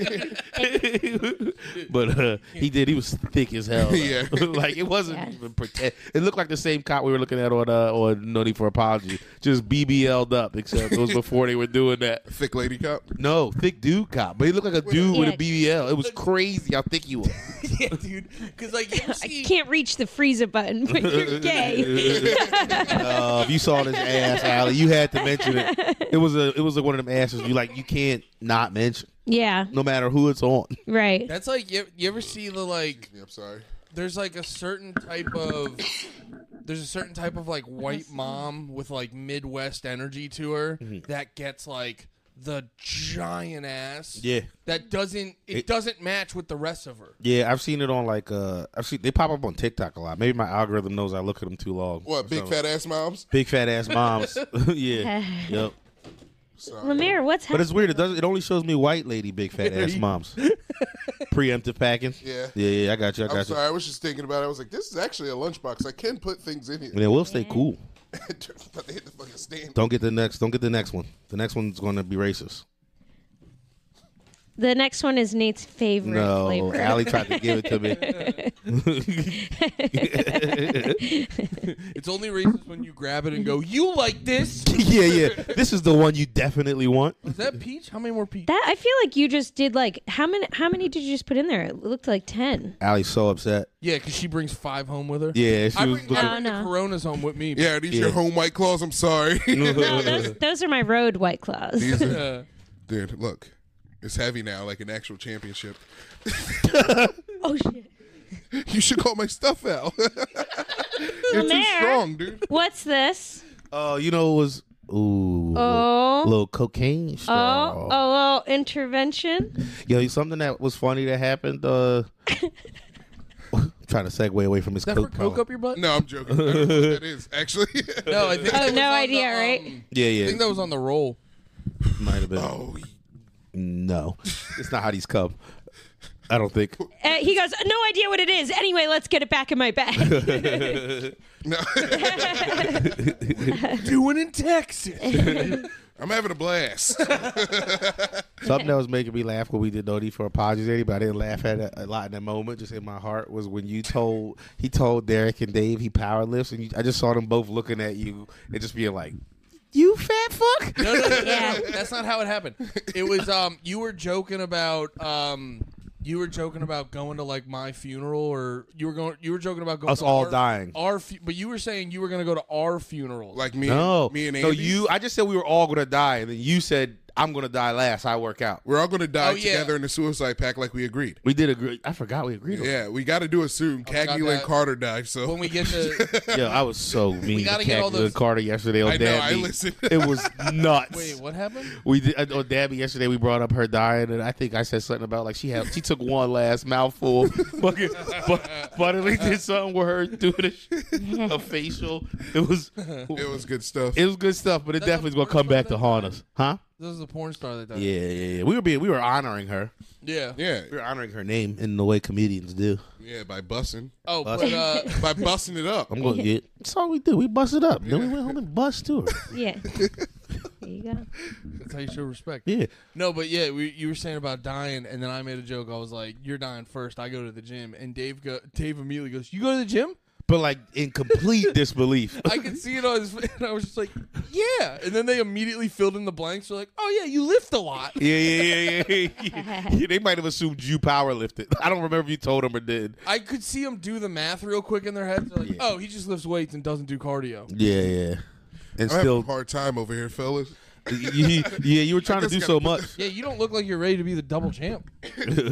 Speaker 2: but uh, he did. He was thick as hell. though.
Speaker 3: Yeah.
Speaker 2: like it wasn't
Speaker 4: Yeah.
Speaker 2: even pretend. It looked like the same cop we were looking at on uh, on No Need for Apology, just BBL'd up. Except it was before they were doing that.
Speaker 3: Thick lady cop.
Speaker 2: No, thick dude cop, but he looked like a dude with
Speaker 4: Yeah.
Speaker 2: a BBL. It was crazy how thick he was.
Speaker 1: yeah, dude. Because like you ever
Speaker 4: I
Speaker 1: see,
Speaker 4: can't reach the freezer button, but you're gay.
Speaker 2: Uh, if you saw this ass, Allie, you had to mention it. It was a it was a, one of them asses you like you can't not mention,
Speaker 4: Yeah,
Speaker 2: no matter who it's on.
Speaker 4: right.
Speaker 1: that's like you, you ever see the like.
Speaker 3: Yeah, I'm sorry.
Speaker 1: There's like a certain type of. There's a certain type of like white mom with like Midwest energy to her that gets like the giant ass.
Speaker 2: Yeah.
Speaker 1: That doesn't it,
Speaker 2: It-
Speaker 1: doesn't match with the rest of her.
Speaker 2: Yeah, I've seen it on like uh, I've seen they pop up on TikTok a lot. Maybe my algorithm knows I look at them too long.
Speaker 3: What,
Speaker 2: or
Speaker 3: big
Speaker 2: something.
Speaker 3: fat ass moms?
Speaker 2: big fat ass moms? yeah, yep.
Speaker 4: Lemire, what's
Speaker 2: But
Speaker 4: happening?
Speaker 2: it's weird. It does. It only shows me white lady big fat ass moms. Preemptive packing.
Speaker 3: Yeah.
Speaker 2: Yeah, yeah. I got you. I
Speaker 3: I'm
Speaker 2: got you.
Speaker 3: sorry. I was just thinking about it. I was like, this is actually a lunchbox. I can put things in
Speaker 2: And
Speaker 3: here.
Speaker 2: it will stay cool.
Speaker 3: but they hit the fucking stand.
Speaker 2: Don't get the next. Don't get the next one. The next one's going to be racist.
Speaker 4: The next one is Nate's favorite
Speaker 2: No,
Speaker 4: flavor.
Speaker 2: Allie tried to give it to me.
Speaker 1: It's only racist when you grab it and go, "You like this?
Speaker 2: yeah, yeah. This is the one you definitely want.
Speaker 1: Is that peach? How many more peach?
Speaker 4: That I feel like you just did like how many how many did you just put in there? It looked like ten.
Speaker 2: Allie's so upset.
Speaker 1: Yeah, because she brings five home with her.
Speaker 2: Yeah, she
Speaker 1: I
Speaker 2: was
Speaker 1: bring,
Speaker 2: looking.
Speaker 1: I bring
Speaker 4: No,
Speaker 1: the
Speaker 4: no.
Speaker 1: Coronas home with me.
Speaker 3: Yeah, are these your
Speaker 2: Yeah.
Speaker 3: home white claws? I'm sorry.
Speaker 4: No, those those are my road white claws.
Speaker 3: These are-
Speaker 1: Uh,
Speaker 3: dude, look. It's heavy now, like an actual championship.
Speaker 4: oh shit.
Speaker 3: You should call my stuff out. You're too
Speaker 4: Lemaire.
Speaker 3: strong, dude.
Speaker 4: What's this?
Speaker 2: Oh, you know it was ooh,
Speaker 4: Oh.
Speaker 2: little cocaine straw.
Speaker 4: Oh, oh, oh, intervention.
Speaker 2: Yo, something that was funny that happened. Uh, I'm trying to segue away from his
Speaker 1: that for
Speaker 2: coke.
Speaker 1: coke
Speaker 2: problem.
Speaker 1: up your butt?
Speaker 3: No, I'm joking. I don't know what that is actually.
Speaker 1: No, I think that was
Speaker 4: no
Speaker 1: on
Speaker 4: idea,
Speaker 1: the,
Speaker 4: right?
Speaker 1: um,
Speaker 2: Yeah,
Speaker 1: I
Speaker 2: yeah.
Speaker 1: think that was on the roll.
Speaker 2: might have been.
Speaker 3: Oh,
Speaker 2: No, it's not how these come. I don't think.
Speaker 4: Uh, he goes, no idea what it is. Anyway, let's get it back in my bag.
Speaker 3: no.
Speaker 1: Doing in Texas.
Speaker 3: I'm having a blast.
Speaker 2: Something that was making me laugh when we did Nodi for apologies, Eddie, but I didn't laugh at it a lot in that moment. Just in my heart was when you told he told Derek and Dave he power lifts, and you, I just saw them both looking at you and just being like, "You fat fuck."
Speaker 1: No, no, no, no,
Speaker 4: Yeah.
Speaker 1: no. That's not how it happened. It was um you were joking about um you were joking about going to like my funeral or you were going you were joking about going
Speaker 2: Us
Speaker 1: to
Speaker 2: all
Speaker 1: our,
Speaker 2: dying.
Speaker 1: Our fu- but you were saying you were going to go to our funeral.
Speaker 3: Like me,
Speaker 2: No,
Speaker 3: and, me and
Speaker 2: no,
Speaker 3: Andy's?
Speaker 2: you. I just said we were all gonna die, and then you said I'm gonna die last. I work out.
Speaker 3: We're all gonna die
Speaker 1: Oh, yeah.
Speaker 3: together in a suicide pack, like we agreed.
Speaker 2: We did agree. I forgot we agreed. Yeah,
Speaker 3: Yeah, we got to do it soon. Cagney and
Speaker 1: that.
Speaker 3: Carter died, so
Speaker 1: when we get to
Speaker 2: Yo, I was so mean.
Speaker 1: gotta
Speaker 2: to
Speaker 1: get all
Speaker 2: Cactus and
Speaker 1: those-
Speaker 2: Carter yesterday on
Speaker 3: I know,
Speaker 2: Dabby.
Speaker 3: I listened.
Speaker 2: It was nuts.
Speaker 1: Wait, what happened?
Speaker 2: We did uh, on Dabby yesterday. We brought up her dying, and I think I said something about like she had she took one last mouthful. Fucking, but but at least did something with her doing a, sh- a facial. It was
Speaker 3: it was good stuff.
Speaker 2: it was good stuff, but it
Speaker 1: the
Speaker 2: definitely is gonna
Speaker 1: first
Speaker 2: come back
Speaker 1: one
Speaker 2: to
Speaker 1: that
Speaker 2: haunt us, huh?
Speaker 1: This is the porn star that died.
Speaker 2: Yeah, yeah, yeah. We were being we were honoring her.
Speaker 1: Yeah.
Speaker 3: yeah,
Speaker 2: We were honoring her name in the way comedians do.
Speaker 3: yeah, by bussing,
Speaker 1: Oh, but uh
Speaker 3: by bussing it up.
Speaker 2: I'm going to get. That's all we do. We bust it up. Then we went home and bust to her.
Speaker 4: yeah. There you go.
Speaker 1: that's how you show respect.
Speaker 2: Yeah.
Speaker 1: No, but yeah, we, you were saying about dying, and then I made a joke. I was like, "You're dying first. I go to the gym." And Dave go, Dave immediately goes, "You go to the gym?"
Speaker 2: But like in complete disbelief.
Speaker 1: I could see it on his face, and I was just like, "Yeah." And then they immediately filled in the blanks. They're like, "Oh yeah, you lift a lot."
Speaker 2: Yeah, yeah, yeah, yeah. yeah. They might have assumed you power lifted. I don't remember if you told them or did.
Speaker 1: I could see them do the math real quick in their heads. They're like,
Speaker 2: Yeah.
Speaker 1: "Oh, he just lifts weights and doesn't do cardio."
Speaker 2: Yeah, yeah. And
Speaker 3: I'm having a
Speaker 2: still,
Speaker 3: hard time over here, fellas.
Speaker 2: yeah, you were trying to do so much.
Speaker 1: Yeah, you don't look like you're ready to be the double champ.
Speaker 4: Uh,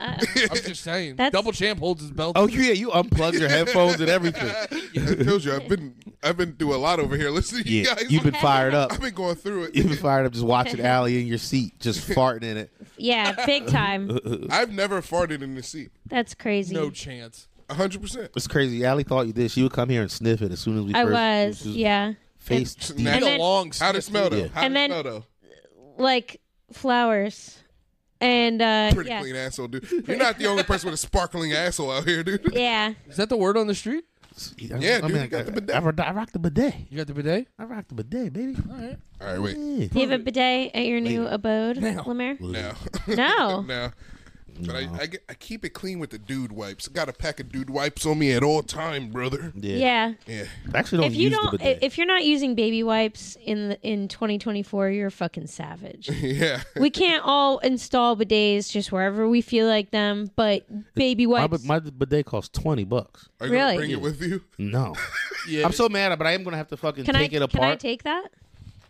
Speaker 1: I'm just saying,
Speaker 4: That's-
Speaker 1: double champ holds his belt.
Speaker 2: Oh, yeah, you unplugged your headphones and everything.
Speaker 3: I told you, I've been, I've been through a lot over here. Listen to you
Speaker 2: Yeah,
Speaker 3: guys.
Speaker 2: you've been fired up.
Speaker 3: I've been going through
Speaker 2: You've
Speaker 3: it.
Speaker 2: been fired up just watching Allie in your seat, just farting in it.
Speaker 4: Yeah, big time.
Speaker 3: I've never farted in the seat.
Speaker 4: That's crazy.
Speaker 1: no chance.
Speaker 3: hundred percent.
Speaker 2: It's crazy. Allie thought you did. She would come here and sniff it as soon as we
Speaker 4: I
Speaker 2: first.
Speaker 4: was.
Speaker 2: she
Speaker 4: Yeah.
Speaker 2: Face deep.
Speaker 1: Need
Speaker 4: And
Speaker 1: a
Speaker 4: then-
Speaker 1: long.
Speaker 3: How'd it
Speaker 1: sniff.
Speaker 3: smell though?
Speaker 2: Yeah.
Speaker 3: How'd
Speaker 4: And
Speaker 3: it
Speaker 4: then-
Speaker 3: smell though?
Speaker 4: Like flowers. And uh
Speaker 3: Pretty
Speaker 4: yeah.
Speaker 3: clean eh? asshole, dude. You're not the only person with a sparkling asshole out here, dude.
Speaker 4: Yeah.
Speaker 1: Is that the word on the street?
Speaker 3: Yeah, dude, you got the bidet.
Speaker 2: I, I, I rocked the bidet.
Speaker 1: You got the bidet?
Speaker 2: I rocked the bidet, baby.
Speaker 1: All right.
Speaker 3: All right, wait.
Speaker 2: Yeah.
Speaker 4: Do you have a bidet at your new abode,
Speaker 1: Now.
Speaker 4: Lemaire?
Speaker 3: No,
Speaker 4: No.
Speaker 3: no. But I, I, get- I keep it clean with the dude wipes. Got a pack of dude wipes on me at all time, brother.
Speaker 2: Yeah.
Speaker 4: Yeah.
Speaker 3: Yeah.
Speaker 2: I actually don't
Speaker 4: If you
Speaker 2: use the
Speaker 4: don't,
Speaker 2: bidet.
Speaker 4: if you're not using baby wipes in the, in 2024, you're a fucking savage.
Speaker 3: Yeah.
Speaker 4: we can't all install bidets just wherever we feel like them, but baby
Speaker 2: my,
Speaker 4: wipes.
Speaker 2: bi- my bidet costs 20 bucks.
Speaker 3: Are you gonna
Speaker 4: Really?
Speaker 3: bring it with you?
Speaker 2: No.
Speaker 1: Yeah.
Speaker 2: I'm so mad, but I am going to have to fucking
Speaker 4: can I
Speaker 2: take it
Speaker 4: can I
Speaker 2: apart.
Speaker 4: take that?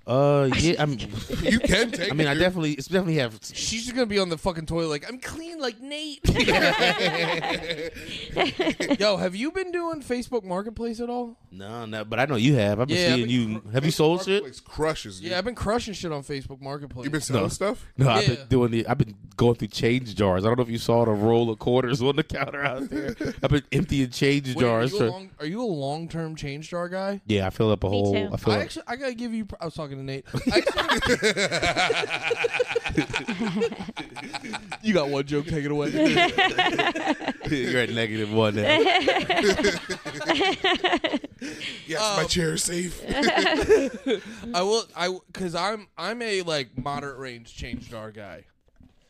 Speaker 2: uh, yeah. I'm,
Speaker 3: You can take
Speaker 2: I mean,
Speaker 3: it.
Speaker 2: I
Speaker 3: dude.
Speaker 2: definitely, it's definitely have.
Speaker 1: She's just gonna be on the fucking toilet like I'm clean like Nate. Yo, have you been doing Facebook Marketplace at all?
Speaker 2: No, no, but I know you have. I've been
Speaker 1: Yeah, I've
Speaker 2: seeing
Speaker 1: been
Speaker 2: you. Have you sold shit?
Speaker 3: Marketplace crushes.
Speaker 1: Yeah, I've been crushing shit on Facebook Marketplace.
Speaker 3: you been selling
Speaker 2: No.
Speaker 3: stuff.
Speaker 2: No, I've
Speaker 1: Yeah.
Speaker 2: been doing the. I've been going through change jars. I don't know if you saw the roll of quarters on the counter out there. I've been emptying change
Speaker 1: Wait,
Speaker 2: jars.
Speaker 1: Are you, a
Speaker 2: for-
Speaker 1: long, are you a long-term change jar guy?
Speaker 2: yeah, I fill up a
Speaker 4: Me
Speaker 2: whole.
Speaker 4: too.
Speaker 2: I fill
Speaker 1: I
Speaker 2: up.
Speaker 1: actually, I gotta give you. pr- I was talking to Nate. I actually- you got one joke taken away.
Speaker 2: You're at negative one now.
Speaker 3: Yes,
Speaker 1: Um,
Speaker 3: my chair is safe.
Speaker 1: I will. I because I'm I'm a like moderate range change jar guy.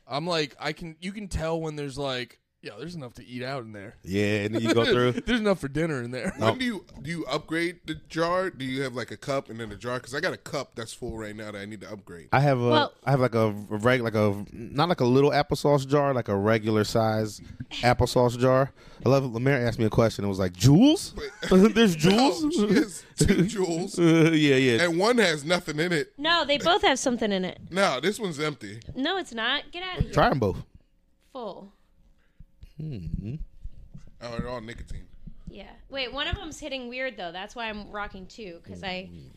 Speaker 1: I'm like I can you can tell when there's like yeah there's enough to eat out in there.
Speaker 2: yeah, and then you go through.
Speaker 1: There's enough for dinner in there.
Speaker 3: When do you do you upgrade the jar? Do you have like a cup and then a jar? Because I got a cup that's full right now that I need to upgrade.
Speaker 2: I have a, I
Speaker 4: Well-
Speaker 2: have like a reg, like a not like a little applesauce jar, like a regular size applesauce jar. I love. Lamar asked me a question. It was like jewels. There's jewels.
Speaker 3: No, Oh, she has two jewels,
Speaker 2: Uh, yeah, yeah.
Speaker 3: and one has nothing in it.
Speaker 4: No, they both have something in it.
Speaker 3: No, this one's empty.
Speaker 4: No, it's not. Get out of here.
Speaker 2: Try them both.
Speaker 4: Full.
Speaker 3: Oh, they're all nicotine.
Speaker 4: Yeah. Wait, one of them's hitting weird though. That's why I'm rocking two because I.
Speaker 2: Mm.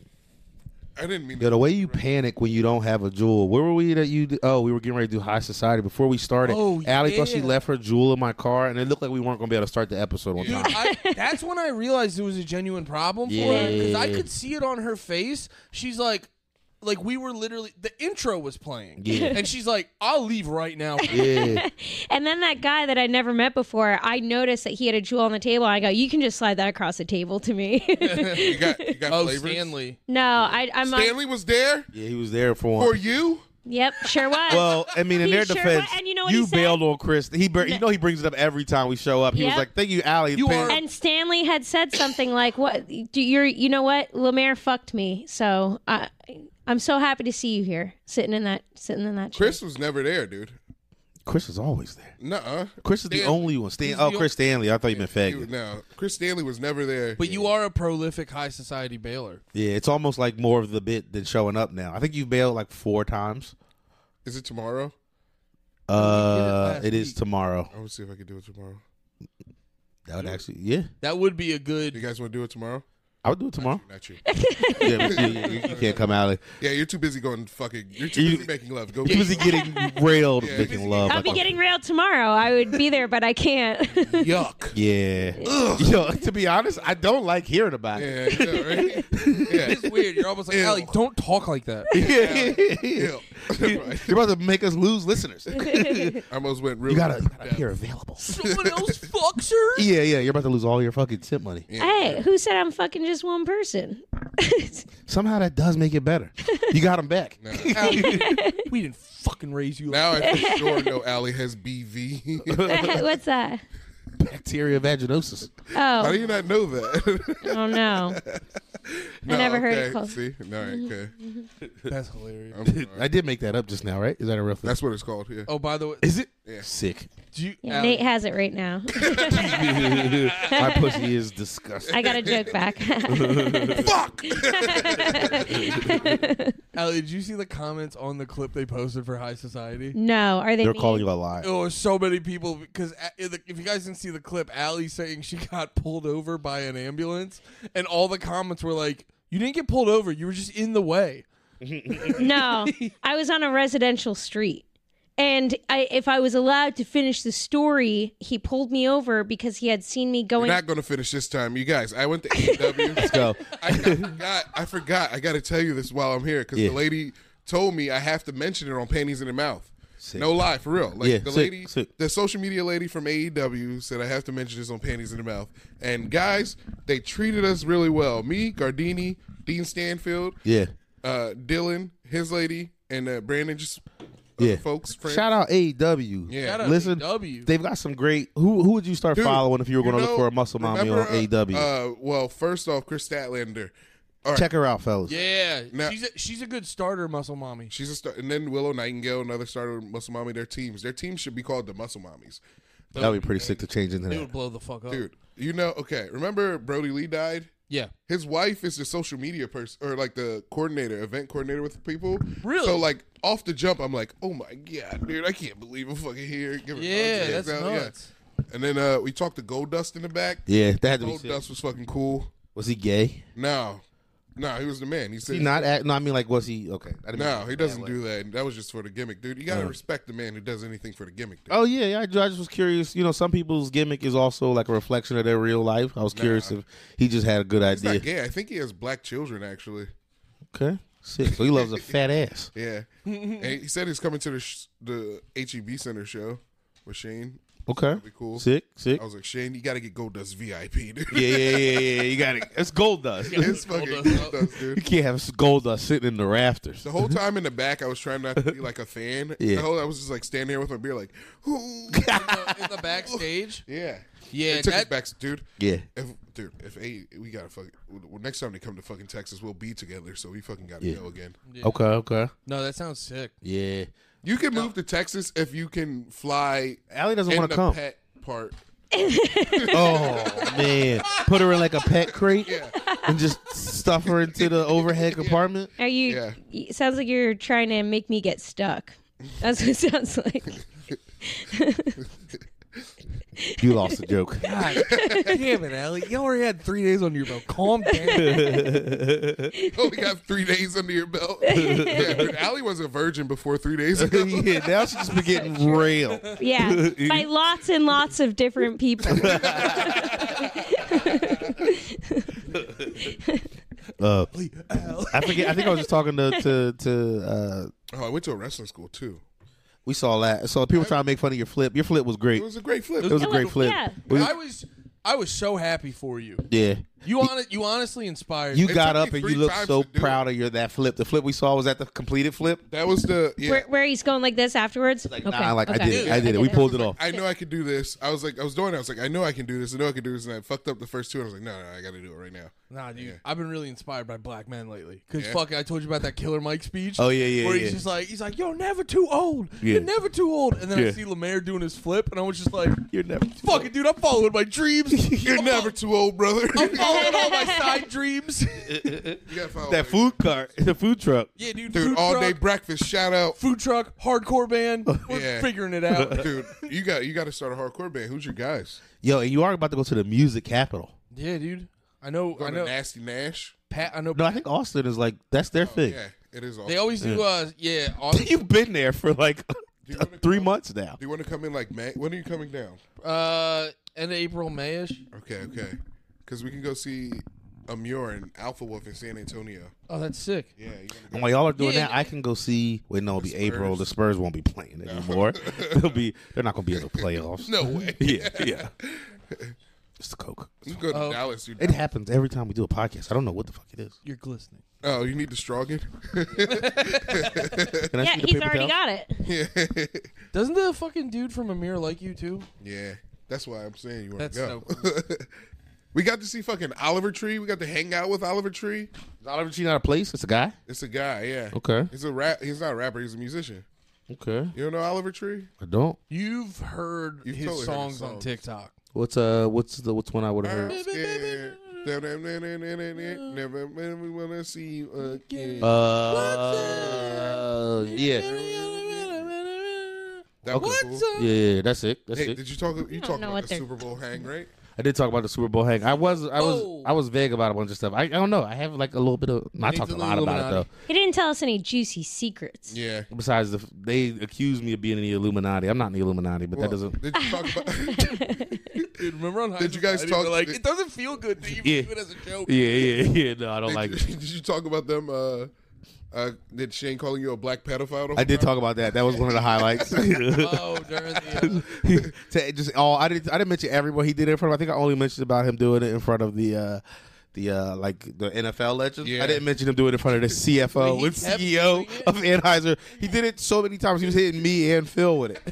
Speaker 3: I didn't mean
Speaker 2: Yo,
Speaker 3: to.
Speaker 2: the way you panic when you don't have a jewel. Where were we that you? Oh, we were getting ready to do high society before we started.
Speaker 1: Oh,
Speaker 2: Allie thought she
Speaker 1: yeah.
Speaker 2: left her jewel in my car, and it looked like we weren't going to be able to start the episode on
Speaker 1: Dude,
Speaker 2: time.
Speaker 1: I, that's when I realized it was a genuine problem for her because I could see it on her face. She's like, like we were literally the intro was playing,
Speaker 2: Yeah.
Speaker 1: and she's like, "I'll leave right now."
Speaker 2: Yeah,
Speaker 4: And then that guy that I never met before, I noticed that he had a jewel on the table. I go, you can just slide that across the table to me.
Speaker 3: You got, you got
Speaker 1: oh,
Speaker 3: flavors.
Speaker 1: Stanley,
Speaker 4: no, I, I'm. on-
Speaker 3: Stanley was there
Speaker 2: yeah, he was there for one.
Speaker 3: for you.
Speaker 4: yep, sure was.
Speaker 2: Well, I mean, in
Speaker 4: He
Speaker 2: their
Speaker 4: sure
Speaker 2: defense,
Speaker 4: wa- and you know what he said?
Speaker 2: bailed on Chris. He, bur- you know, he brings it up every time we show up. He was
Speaker 4: Yep.
Speaker 2: like, "Thank you, Allie."
Speaker 1: You
Speaker 2: Pan-
Speaker 1: are-
Speaker 4: and Stanley had said something like, "What do you're? You know what? Lemaire fucked me, so I, I'm so happy to see you here, sitting in that, sitting in that chair."
Speaker 3: Chris was never there, dude.
Speaker 2: Chris is always there.
Speaker 3: Nuh-uh.
Speaker 2: Chris is the
Speaker 3: Stanley.
Speaker 2: only one. Stan- oh,
Speaker 1: the
Speaker 2: Chris Stanley. I thought you meant
Speaker 3: You-
Speaker 2: Faggot.
Speaker 3: No, Chris Stanley was never there.
Speaker 1: but you are a prolific high society bailer.
Speaker 2: Yeah, it's almost like more of the bit than showing up now. I think you bailed like four times.
Speaker 3: Is it tomorrow?
Speaker 2: Uh,
Speaker 1: last
Speaker 2: it is
Speaker 1: week.
Speaker 2: tomorrow.
Speaker 3: I will see if I can do it tomorrow.
Speaker 2: That would actually, yeah,
Speaker 1: That would be a
Speaker 3: You
Speaker 1: good.
Speaker 3: guys want to do it tomorrow?
Speaker 2: I would do it tomorrow.
Speaker 3: Not you.
Speaker 2: yeah, but you, you- you can't come out.
Speaker 3: Yeah, you're too busy going fucking. You're too
Speaker 2: You-
Speaker 3: busy making love. Go.
Speaker 2: He was getting railed,
Speaker 3: Yeah.
Speaker 2: making love.
Speaker 4: I'll
Speaker 2: like
Speaker 4: be
Speaker 2: a-
Speaker 4: getting railed tomorrow. I would be there, but I can't.
Speaker 1: Yuck.
Speaker 2: yeah. Yo, to be honest, I don't like hearing about it.
Speaker 3: Yeah, yeah, right? yeah.
Speaker 1: It's weird. You're almost like,
Speaker 3: Ew.
Speaker 1: Allie, don't talk like that.
Speaker 3: Ew. Right.
Speaker 2: You're about to make us lose listeners.
Speaker 3: I almost went really.
Speaker 2: You gotta, you
Speaker 3: Yeah.
Speaker 2: gotta appear available.
Speaker 1: Someone else fucks her.
Speaker 2: Yeah, yeah. You're about to lose all your fucking tip money.
Speaker 4: hey, who said I'm fucking just one person?
Speaker 2: Somehow that does make it better. You got them back.
Speaker 1: Allie, we didn't fucking raise you.
Speaker 3: Now I for sure know Allie has BV.
Speaker 4: What's that?
Speaker 2: Bacteria vaginosis.
Speaker 3: How do
Speaker 4: Oh,
Speaker 3: you not know that?
Speaker 4: oh no.
Speaker 3: No,
Speaker 4: never heard it called-
Speaker 3: See, no, okay.
Speaker 1: That's hilarious.
Speaker 3: I'm sorry.
Speaker 2: I did make that up just now, right? Is that a real thing?
Speaker 3: That's what it's called here.
Speaker 1: Oh, by the way,
Speaker 2: is it
Speaker 3: Yeah.
Speaker 2: sick?
Speaker 1: do you,
Speaker 4: Yeah,
Speaker 1: Allie,
Speaker 4: Nate has it right now.
Speaker 2: My pussy is disgusting.
Speaker 4: I got a joke back.
Speaker 3: Fuck!
Speaker 1: Allie, did you see the comments on the clip they posted for High Society?
Speaker 4: no, are they?
Speaker 2: They're
Speaker 4: mean?
Speaker 2: calling you a liar.
Speaker 1: Oh, so many people because a- if the- if you guys didn't see the clip, Allie saying she got pulled over by an ambulance, and all the comments were like, "You didn't get pulled over. You were just in the way."
Speaker 4: No, I was on a residential street. And I, if I was allowed to finish the story, he pulled me over because he had seen me
Speaker 3: We're
Speaker 4: going.
Speaker 3: not gonna finish this time, you guys. I went to AEW.
Speaker 2: Go.
Speaker 3: I, I forgot. I forgot. I got to tell you this while I'm here because
Speaker 2: Yeah.
Speaker 3: the lady told me I have to mention it on panties in her mouth. No lie, for real. Like
Speaker 2: Yeah,
Speaker 3: the
Speaker 2: sick,
Speaker 3: lady,
Speaker 2: sick.
Speaker 3: the social media lady from AEW said I have to mention this on panties in her mouth. And guys, they treated us really well. Me, Gardini, Dean Stanfield,
Speaker 2: Yeah.
Speaker 3: uh, Dylan, his lady, and uh, Brandon, just other
Speaker 2: Yeah.
Speaker 3: folks. Friends.
Speaker 2: Shout out AEW.
Speaker 3: Yeah.
Speaker 1: Shout out
Speaker 2: Listen,
Speaker 1: AEW.
Speaker 2: they've got some great. Who who would you start
Speaker 3: Dude,
Speaker 2: following if you were going to
Speaker 3: know-
Speaker 2: look for a E muscle mommy
Speaker 3: remember,
Speaker 2: on AEW?
Speaker 3: Uh, well, first off, Chris Statlander. All right,
Speaker 2: Check her out, fellas.
Speaker 1: Yeah,
Speaker 3: Now-
Speaker 1: she's a, she's a good starter, muscle mommy.
Speaker 3: She's a star, and then Willow Nightingale, another starter, Muscle Mommy. Their teams, their team should be called the Muscle Mommies,
Speaker 2: That would be pretty sick to change into
Speaker 1: It would
Speaker 2: that.
Speaker 1: blow the fuck up,
Speaker 3: dude. You know, okay. Remember Brody Lee died.
Speaker 1: Yeah,
Speaker 3: His wife is the social media person, or like the coordinator, event coordinator with people.
Speaker 1: Really?
Speaker 3: So like off the jump, I'm like, oh my god, dude, I can't believe I'm fucking here. Give her
Speaker 1: yeah,
Speaker 3: hugs and
Speaker 1: that's
Speaker 3: stuff, yeah.
Speaker 1: nuts.
Speaker 3: And then uh, we talked to Gold Dust in the back.
Speaker 2: Yeah, that had to be
Speaker 3: Gold
Speaker 2: sick.
Speaker 3: Dust was fucking cool.
Speaker 2: Was he gay?
Speaker 3: No, no, he was the man. He said,
Speaker 2: He not act, no, I mean like was he okay? I didn't
Speaker 3: no,
Speaker 2: mean-
Speaker 3: he doesn't do that. That was just for the gimmick, dude. You gotta respect the man who does anything for the gimmick. Dude.
Speaker 2: Oh yeah, yeah. I, ju- I just was curious. You know, some people's gimmick is also like a reflection of their real life. I was curious if he just had a good
Speaker 3: He's
Speaker 2: idea.
Speaker 3: not gay. I think he has black children, actually.
Speaker 2: Okay, sick. So he loves a fat ass.
Speaker 3: Yeah, and he said he's coming to the sh- the HEB Center show with Shane.
Speaker 2: Okay,
Speaker 3: Be cool. Oh.
Speaker 2: sick, sick.
Speaker 3: I was like, Shane, you gotta get Gold Dust VIP, dude.
Speaker 2: Yeah, yeah, yeah, yeah. You got it. It's gold dust. you
Speaker 3: it's fucking
Speaker 1: Gold
Speaker 3: Gold
Speaker 1: Dust up.
Speaker 3: Dust, dude.
Speaker 2: can't have s- gold dust sitting in the rafters.
Speaker 3: The whole time in the back, I was trying not to be like a fan.
Speaker 2: Yeah.
Speaker 3: The whole I was just like standing there with my beer, like, ooh.
Speaker 1: in the backstage.
Speaker 3: yeah,
Speaker 1: Yeah,
Speaker 3: They took us
Speaker 1: that-
Speaker 3: back, dude.
Speaker 2: Yeah.
Speaker 3: If, dude, if a we gotta fucking well, next time they come to fucking Texas, we'll be together. So we fucking gotta go again.
Speaker 2: Okay, okay.
Speaker 1: No, that sounds sick.
Speaker 2: Yeah.
Speaker 3: You can move to Texas if you can fly.
Speaker 2: Allie doesn't
Speaker 3: in
Speaker 2: want to
Speaker 3: the
Speaker 2: come.
Speaker 3: Pet part.
Speaker 2: Oh man, put her in like a pet crate
Speaker 3: Yeah.
Speaker 2: and just stuff her into the overhead compartment.
Speaker 4: Are you?
Speaker 3: Yeah.
Speaker 4: y- sounds like you're trying to make me get stuck. That's what it sounds like.
Speaker 2: You lost the joke.
Speaker 1: God damn it, Allie. You already had three days on your belt. Calm down.
Speaker 3: only got three days under your belt. yeah, dude, Allie was a virgin before three days ago.
Speaker 2: yeah, now she's just been getting railed.
Speaker 4: Yeah, by lots and lots of different people.
Speaker 2: Uh, I forget. I think I was just talking to to, to uh,
Speaker 3: Oh, I went to a wrestling school too.
Speaker 2: we saw that. So people trying to make fun of your flip. Your flip was great.
Speaker 3: It was a great flip.
Speaker 2: It was a
Speaker 4: Yeah,
Speaker 2: great flip.
Speaker 4: yeah.
Speaker 2: We-
Speaker 1: I was I was so happy for you.
Speaker 2: yeah.
Speaker 1: You on you honestly inspired
Speaker 2: You
Speaker 1: me.
Speaker 3: It
Speaker 2: got
Speaker 3: took me
Speaker 2: up and
Speaker 3: three
Speaker 2: you looked
Speaker 3: times
Speaker 2: so
Speaker 3: to do it.
Speaker 2: proud of your that flip. The flip we saw was that the completed flip.
Speaker 3: that was the yeah.
Speaker 4: where, where he's going like this afterwards?
Speaker 2: Like, nah, like I did it. I did it.
Speaker 4: Okay.
Speaker 2: We pulled it off.
Speaker 3: I know I could do this. I was like, I was doing. it. I was like, I know I can do this. I know I can do this. And I fucked up the first two. And I was like, no, no, I got to do it right now.
Speaker 1: Nah, dude, I've been really inspired by black men lately. Cause
Speaker 3: Yeah.
Speaker 1: fucking, I told you about that Killer Mike speech.
Speaker 2: Oh, yeah, yeah,
Speaker 1: Where he's
Speaker 2: yeah.
Speaker 1: just like, he's like, "Yo, never too old.
Speaker 2: Yeah.
Speaker 1: You're never too old." And then I
Speaker 2: Yeah.
Speaker 1: see Lemaire doing his flip, and I was just like,
Speaker 2: You're never.
Speaker 1: "Fuck it, dude, I'm following my dreams.
Speaker 3: You're never too old, brother.
Speaker 1: I'm following all my side dreams."
Speaker 3: You gotta follow
Speaker 2: That
Speaker 3: me.
Speaker 2: food cart, the food truck.
Speaker 1: yeah, dude.
Speaker 3: dude.
Speaker 1: food
Speaker 3: All
Speaker 1: truck,
Speaker 3: day breakfast. Shout out,
Speaker 1: food truck, hardcore band. We're
Speaker 3: Yeah.
Speaker 1: figuring it out.
Speaker 3: dude. You got you got to start a hardcore band. Who's your guys?
Speaker 2: Yo, and you are about to go to the music capital.
Speaker 1: yeah, dude. I know. I
Speaker 3: Going to
Speaker 1: know.
Speaker 3: Nasty Nash.
Speaker 1: Pat. I know.
Speaker 2: No, I think Austin is like that's their thing.
Speaker 3: Oh, Yeah, it is. Awesome.
Speaker 1: They always do. Uh, yeah. all-
Speaker 2: You've been there for like
Speaker 3: you wanna
Speaker 2: three
Speaker 3: come-
Speaker 2: months now.
Speaker 3: Do you want to come in like May? When are you coming down?
Speaker 1: Uh, end of April, Mayish.
Speaker 3: Okay, okay. Because we can go see a Muir and Alpha Wolf in San Antonio.
Speaker 1: Oh, that's sick.
Speaker 3: Yeah, you wanna go?
Speaker 2: And while y'all are doing
Speaker 1: Yeah.
Speaker 2: that, I can go see. Wait, no, it'll be April.
Speaker 3: Spurs.
Speaker 2: The Spurs won't be playing anymore. They'll be. They're not going to be in the playoffs.
Speaker 3: no way.
Speaker 2: Yeah, yeah. It's the coke.
Speaker 3: You can go
Speaker 1: Oh.
Speaker 3: to Dallas. Dude.
Speaker 2: It happens every time we do a podcast. I don't know what the fuck it is.
Speaker 1: You're glistening.
Speaker 3: Oh, you need the Strogan?
Speaker 2: Can I
Speaker 4: Yeah,
Speaker 2: see the
Speaker 4: he's
Speaker 2: paper
Speaker 4: already
Speaker 2: towel?
Speaker 4: got it.
Speaker 1: Doesn't the fucking dude from Amir like you too?
Speaker 3: yeah, that's why I'm saying you want
Speaker 1: That's
Speaker 3: to go.
Speaker 1: so cool.
Speaker 3: we got to see fucking Oliver Tree. We got to hang out with Oliver Tree.
Speaker 2: Is Oliver G not a place? It's a guy.
Speaker 3: It's a guy, yeah.
Speaker 2: Okay.
Speaker 3: He's a rap. He's not a rapper. He's a musician.
Speaker 2: Okay.
Speaker 3: You don't know Oliver Tree?
Speaker 2: I don't.
Speaker 1: You've heard
Speaker 3: You've
Speaker 1: his
Speaker 3: totally heard
Speaker 1: songs
Speaker 3: his
Speaker 1: on
Speaker 3: songs.
Speaker 1: TikTok.
Speaker 2: What's uh? What's the? What's one I would have heard?
Speaker 3: I'm scared. Never mind, we wanna see you again.
Speaker 2: Uh. Yeah.
Speaker 3: That was cool.
Speaker 1: What's up?
Speaker 2: Yeah. That's it. That's
Speaker 3: Hey,
Speaker 2: it.
Speaker 3: did you talk? You
Speaker 4: don't
Speaker 3: talked
Speaker 4: know
Speaker 3: about
Speaker 4: what
Speaker 3: the
Speaker 4: they're-
Speaker 3: Super Bowl hang, right?
Speaker 2: I did talk about the Super Bowl hang. I was I was
Speaker 1: Oh.
Speaker 2: I was vague about a bunch of stuff. I, I don't know. I have like a little bit of. I talked a
Speaker 1: the
Speaker 2: lot about it
Speaker 1: Illuminati.
Speaker 2: though.
Speaker 4: He didn't tell us any juicy secrets.
Speaker 3: Yeah.
Speaker 2: Besides, the, they accused me of being in the Illuminati. I'm not in the Illuminati, but that
Speaker 3: Well,
Speaker 2: doesn't.
Speaker 3: Did you talk about?
Speaker 1: Dude, remember on High
Speaker 3: Did you guys
Speaker 1: Society, they're
Speaker 3: talk-
Speaker 1: Like
Speaker 3: did-
Speaker 1: it doesn't feel good to even
Speaker 2: Yeah.
Speaker 1: do it as a joke.
Speaker 2: Yeah, yeah, yeah. No, I don't
Speaker 3: did,
Speaker 2: like.
Speaker 3: you, did you talk about them? Uh, uh, did Shane calling you a black pedophile? the whole
Speaker 2: I did
Speaker 3: time?
Speaker 2: talk about that. That was one of the highlights.
Speaker 1: Oh, during the. Uh,
Speaker 2: to just all I didn't I didn't mention everyone he did it in front of. I think I only mentioned about him doing it in front of the. uh the uh, like the NFL legends.
Speaker 3: Yeah.
Speaker 2: I didn't mention him doing it in front of the CFO
Speaker 1: He
Speaker 2: and
Speaker 1: kept
Speaker 2: CEO
Speaker 1: doing it?
Speaker 2: E of Anheuser. He did it so many times. He was hitting me and Phil with it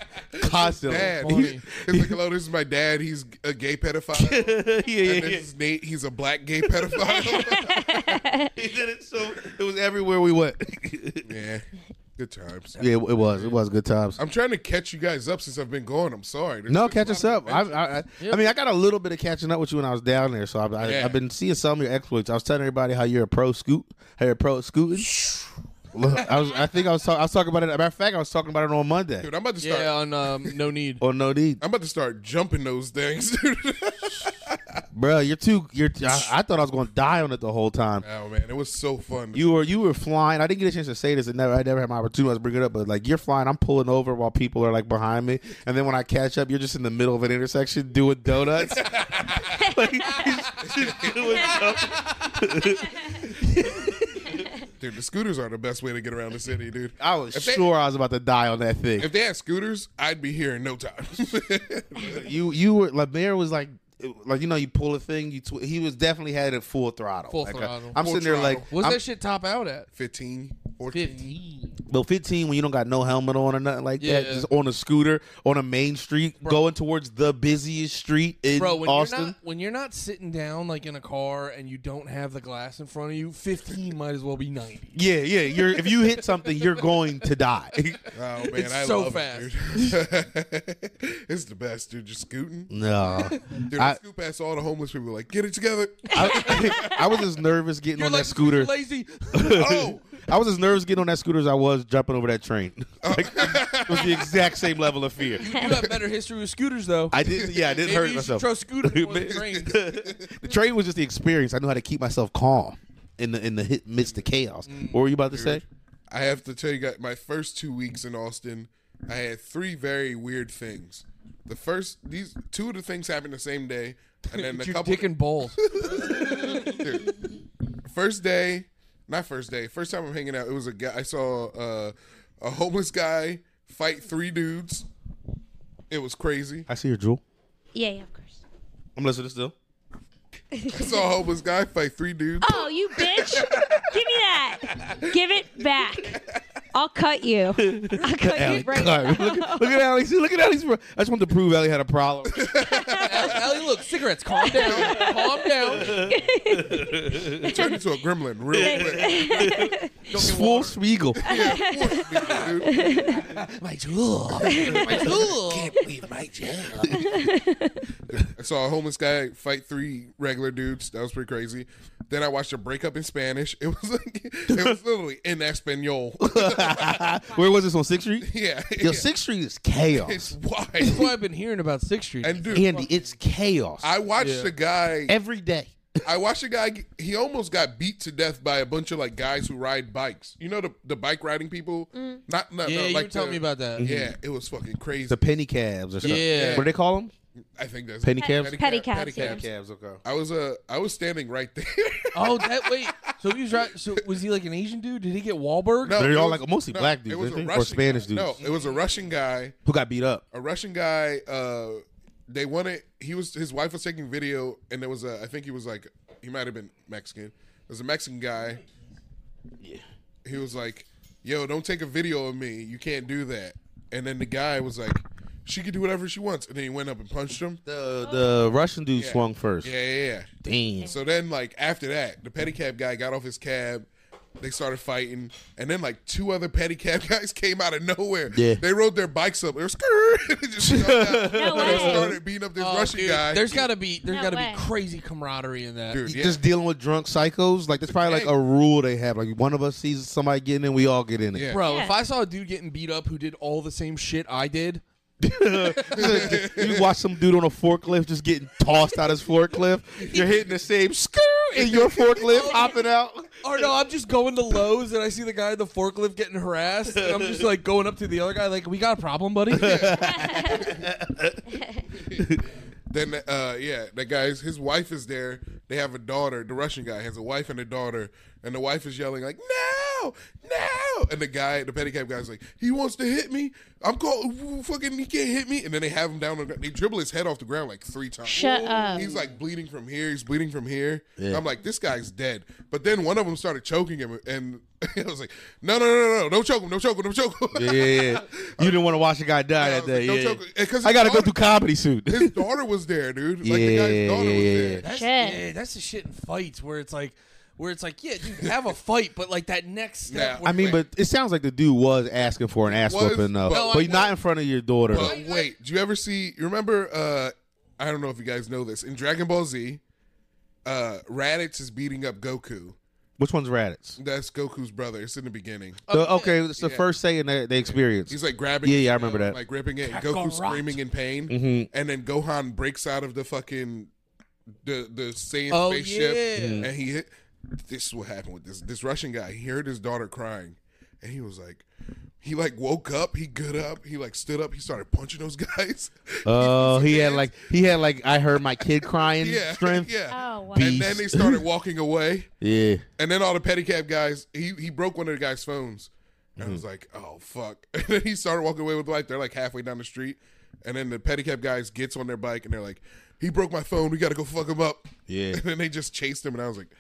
Speaker 2: constantly.
Speaker 3: Dad,
Speaker 1: Funny.
Speaker 3: He's- he's like, "Hello, this is my dad. He's a gay pedophile.
Speaker 2: yeah, yeah,
Speaker 3: And this is Nate. He's a black gay pedophile."
Speaker 2: He did it so it was everywhere we went.
Speaker 3: yeah, good times.
Speaker 2: yeah, it was. It was good times.
Speaker 3: I'm trying to catch you guys up since I've been gone. I'm sorry. There's
Speaker 2: No,
Speaker 3: just a
Speaker 2: catch
Speaker 3: lot
Speaker 2: us
Speaker 3: of
Speaker 2: up. I, I, I, I mean, I got a little bit of catching up with you when I was down there, so I've, I,
Speaker 3: Yeah.
Speaker 2: I've been seeing some of your exploits. I was telling everybody how you're a pro scoot, how you're a pro at scooting. Look, I was, I think I was, talk, I was talking about it. Matter of fact, I was talking about it on Monday.
Speaker 3: Dude, I'm about to start.
Speaker 2: Oh,
Speaker 1: yeah, on um, no need.
Speaker 2: On no need.
Speaker 3: I'm about to start jumping those things, dude.
Speaker 2: bro. You're too. You're. I, I thought I was going to die on it the whole time.
Speaker 3: Oh man, it was so fun.
Speaker 2: You were you were flying. I didn't get a chance to say this. And never, I never had my opportunity to bring it up. But like you're flying, I'm pulling over while people are like behind me, and then when I catch up, you're just in the middle of an intersection doing donuts. Like, just- just doing donuts.
Speaker 3: dude, the scooters are the best way to get around the city, dude.
Speaker 2: I was
Speaker 3: If they-
Speaker 2: sure I was about to die on that thing.
Speaker 3: If they had scooters, I'd be here in no time.
Speaker 2: you you were like Mayor was like like you know you pull a thing you tw- he was definitely had it full throttle.
Speaker 1: Full
Speaker 2: Like, uh,
Speaker 1: throttle.
Speaker 2: I'm
Speaker 3: Full
Speaker 2: sitting there like
Speaker 1: What's
Speaker 2: I'm-
Speaker 1: that shit top out at?
Speaker 3: 15, 14.
Speaker 1: Fifteen.
Speaker 2: Well, 15 when you don't got no helmet on or nothing like that,
Speaker 1: Yeah.
Speaker 2: just on a scooter on a main street, going towards the busiest street in
Speaker 1: Bro, when
Speaker 2: Austin.
Speaker 1: you're not when you're not sitting down like in a car and you don't have the glass in front of you, fifteen might as well be ninety.
Speaker 2: yeah, yeah. You're if you hit something, you're going to die.
Speaker 3: Oh man,
Speaker 1: It's
Speaker 3: I
Speaker 1: so
Speaker 3: love
Speaker 1: fast.
Speaker 3: it, dude. it's the best, dude. Just scooting.
Speaker 2: no,
Speaker 3: Dude, I,
Speaker 2: I,
Speaker 3: scoot past all the homeless people. Like, get it together.
Speaker 2: I, I was as nervous getting
Speaker 1: You're
Speaker 2: on
Speaker 1: like
Speaker 2: that scooter.
Speaker 1: lazy.
Speaker 3: oh,
Speaker 2: I was as nervous getting on that scooter as I was jumping over that train.
Speaker 1: Oh.
Speaker 2: like, it was the exact same level of fear.
Speaker 1: You have better history with scooters though.
Speaker 2: I did, yeah, I did
Speaker 1: Maybe
Speaker 2: hurt
Speaker 1: you should
Speaker 2: myself.
Speaker 1: throw scooters more than trains.
Speaker 2: the train was just the experience. I knew how to keep myself calm in the in the hit, midst of chaos.
Speaker 1: Mm.
Speaker 2: What were you about to say?
Speaker 3: I have to tell you guys, my first two weeks in Austin, I had three very weird things. The first, these two of the things happened the same day, and then a
Speaker 1: Your
Speaker 3: couple.
Speaker 1: dick and balls.
Speaker 3: Dude, first day, not first day. First time I'm hanging out, it was a guy. I saw uh, a homeless guy fight three dudes. It was crazy.
Speaker 2: I see your jewel.
Speaker 4: Yeah, yeah, of course.
Speaker 2: I'm listening still.
Speaker 3: I saw a homeless guy fight three dudes.
Speaker 4: Oh, you bitch! Give me that. Give it back. I'll cut you. I'll cut you
Speaker 2: Allie,
Speaker 4: right
Speaker 2: God,
Speaker 4: now.
Speaker 2: look, look at Allie. See, Look at Allie's. I just wanted to prove Allie had a problem.
Speaker 1: Ellie, look, cigarettes. Calm down. calm down.
Speaker 3: It turned into a gremlin real quick.
Speaker 2: Full Spiegel.
Speaker 3: Dude,
Speaker 1: My jewel. My jewel.
Speaker 3: I saw a homeless guy fight three regular dudes. That was pretty crazy. Then I watched a breakup in Spanish. It was like it was literally in Espanol.
Speaker 2: Where was this on Sixth Street?
Speaker 3: yeah,
Speaker 2: Yo,
Speaker 3: yeah.
Speaker 2: Sixth Street is
Speaker 3: it's
Speaker 2: chaos.
Speaker 1: That's what
Speaker 3: wild.
Speaker 1: I've been hearing about Sixth Street.
Speaker 3: And dude,
Speaker 2: Andy, it's chaos
Speaker 3: I watched
Speaker 1: Yeah.
Speaker 3: a guy.
Speaker 2: every day.
Speaker 3: I watched a guy. get- He almost got beat to death by a bunch of like guys who ride bikes. You know the the bike riding people. Not not
Speaker 1: Mm. yeah,
Speaker 3: not
Speaker 1: you
Speaker 3: like
Speaker 1: were telling me
Speaker 3: the-
Speaker 1: about Mm. that.
Speaker 3: Yeah, it was fucking crazy.
Speaker 2: The penny cabs or something.
Speaker 1: Yeah.
Speaker 2: What do they call them?
Speaker 3: I think that's
Speaker 2: Penny cabs.
Speaker 4: Pedicabs, yeah.
Speaker 2: cabs. Okay.
Speaker 3: I was uh I was standing right there.
Speaker 1: Oh, that wait. So he was right. So was he like an Asian dude? Did he get Wahlberg?
Speaker 3: No,
Speaker 2: They're
Speaker 3: it
Speaker 2: all
Speaker 3: was-
Speaker 2: like mostly
Speaker 3: no,
Speaker 2: black
Speaker 3: it
Speaker 2: dudes,
Speaker 3: was
Speaker 2: I
Speaker 3: a
Speaker 2: think, or
Speaker 3: Russian
Speaker 2: Spanish
Speaker 3: guy.
Speaker 2: dudes.
Speaker 3: No, it was a Russian guy.
Speaker 2: Who got beat up?
Speaker 3: a Russian guy. Uh, they wanted he was his wife was taking video, and there was a I think he was like he might have been Mexican. There's a Mexican guy. Yeah. He was like, "Yo, don't take a video of me. You can't do that." And then the guy was like, "She can do whatever she wants," and then he went up and punched him.
Speaker 2: The the Russian dude swung first.
Speaker 3: Oh. Yeah, yeah, yeah.
Speaker 2: Damn.
Speaker 3: So then, like after that, the pedicab guy got off his cab. They started fighting, and then like two other pedicab guys came out of nowhere.
Speaker 2: Yeah.
Speaker 3: They rode their bikes up. They were skrrr, and they just jumped out.
Speaker 4: No
Speaker 3: And they
Speaker 4: way.
Speaker 3: started beating up this
Speaker 1: Oh,
Speaker 3: Russian
Speaker 1: dude,
Speaker 3: guy.
Speaker 1: There's gotta be there's
Speaker 4: No
Speaker 1: gotta
Speaker 4: way.
Speaker 1: be crazy camaraderie in that.
Speaker 3: dude. Yeah.
Speaker 2: Just dealing with drunk psychos, like that's probably like
Speaker 3: Hey.
Speaker 2: a rule they have. Like one of us sees somebody getting in, we all get in it.
Speaker 3: Yeah.
Speaker 1: Bro,
Speaker 4: Yeah.
Speaker 1: if I saw a dude getting beat up who did all the same shit I did,
Speaker 2: you watch some dude on a forklift just getting tossed out his forklift. You're hitting the same screw in your forklift, hopping out.
Speaker 1: or no, I'm just going to Lowe's and I see the guy in the forklift getting harassed, and I'm just like going up to the other guy like, "We got a problem, buddy."
Speaker 3: Then, uh, yeah, that guy's his wife is there. They have a daughter. The Russian guy has a wife and a daughter, and the wife is yelling like, "No, no!" And the guy, the pedicab guy's like, "He wants to hit me. I'm called. Fucking, he can't hit me." And then they have him down. On, the- they dribble his head off the ground like three times.
Speaker 4: Shut up.
Speaker 3: He's like bleeding from here. He's bleeding from here. I'm like, this guy's dead. But then one of them started choking him, and I was like, "No, no, no, no, no! Don't choke him! Don't choke him! Don't choke him!"
Speaker 2: Yeah, yeah, yeah. You didn't want to watch a guy die
Speaker 3: Yeah,
Speaker 2: that
Speaker 3: I was like,
Speaker 2: day.
Speaker 3: don't
Speaker 2: yeah,
Speaker 3: choke-
Speaker 2: yeah.
Speaker 3: 'cause
Speaker 2: I gotta
Speaker 3: his
Speaker 2: go through comedy suit.
Speaker 3: His daughter was there, dude. Like the
Speaker 2: Yeah,
Speaker 3: guy's daughter
Speaker 2: yeah,
Speaker 3: was
Speaker 2: yeah,
Speaker 3: there.
Speaker 2: yeah.
Speaker 1: That's,
Speaker 4: Shit.
Speaker 1: Yeah, that's the shit in fights where it's like, where it's like, yeah, dude, have a fight, but like that next step.
Speaker 3: Nah.
Speaker 1: where-
Speaker 2: I mean, but it sounds like the dude was asking for an ass
Speaker 3: was,
Speaker 2: whooping, uh,
Speaker 3: but-
Speaker 2: but,
Speaker 3: No,
Speaker 1: I-
Speaker 2: not in front of your daughter.
Speaker 3: But wait, do you ever see? You remember? uh I don't know if you guys know this. In Dragon Ball Z, uh Raditz is beating up Goku.
Speaker 2: Which one's Raditz?
Speaker 3: That's Goku's brother. It's in the beginning.
Speaker 2: The- okay, it's the first saying that they experience.
Speaker 3: He's like grabbing.
Speaker 2: Yeah,
Speaker 3: it,
Speaker 2: yeah, I
Speaker 3: you know,
Speaker 2: remember that. Mm-hmm.
Speaker 3: Like ripping it. and Goku's
Speaker 1: Kakarot.
Speaker 3: screaming in pain, and then Gohan breaks out of the fucking the the same
Speaker 1: Oh,
Speaker 3: spaceship,
Speaker 1: yeah. Mhm.
Speaker 3: and he hit. This is what happened with this this Russian guy. He heard his daughter crying, and he was like, he like woke up, he got up, he like stood up, he started punching those guys.
Speaker 2: Oh, he had like he had like I heard my kid crying
Speaker 3: yeah,
Speaker 2: strength.
Speaker 3: yeah.
Speaker 4: Oh wow.
Speaker 2: Beast.
Speaker 3: And then they started walking away,
Speaker 2: Yeah.
Speaker 3: and then all the pedicab guys. He he broke one of the guys' phones, and I was
Speaker 2: Hmm.
Speaker 3: like, oh fuck. And then he started walking away with the bike. They're like halfway down the street, and then the pedicab guys gets on their bike and they're like, he broke my phone. We got to go fuck him up.
Speaker 2: Yeah.
Speaker 3: And then they just chased him, and I was like,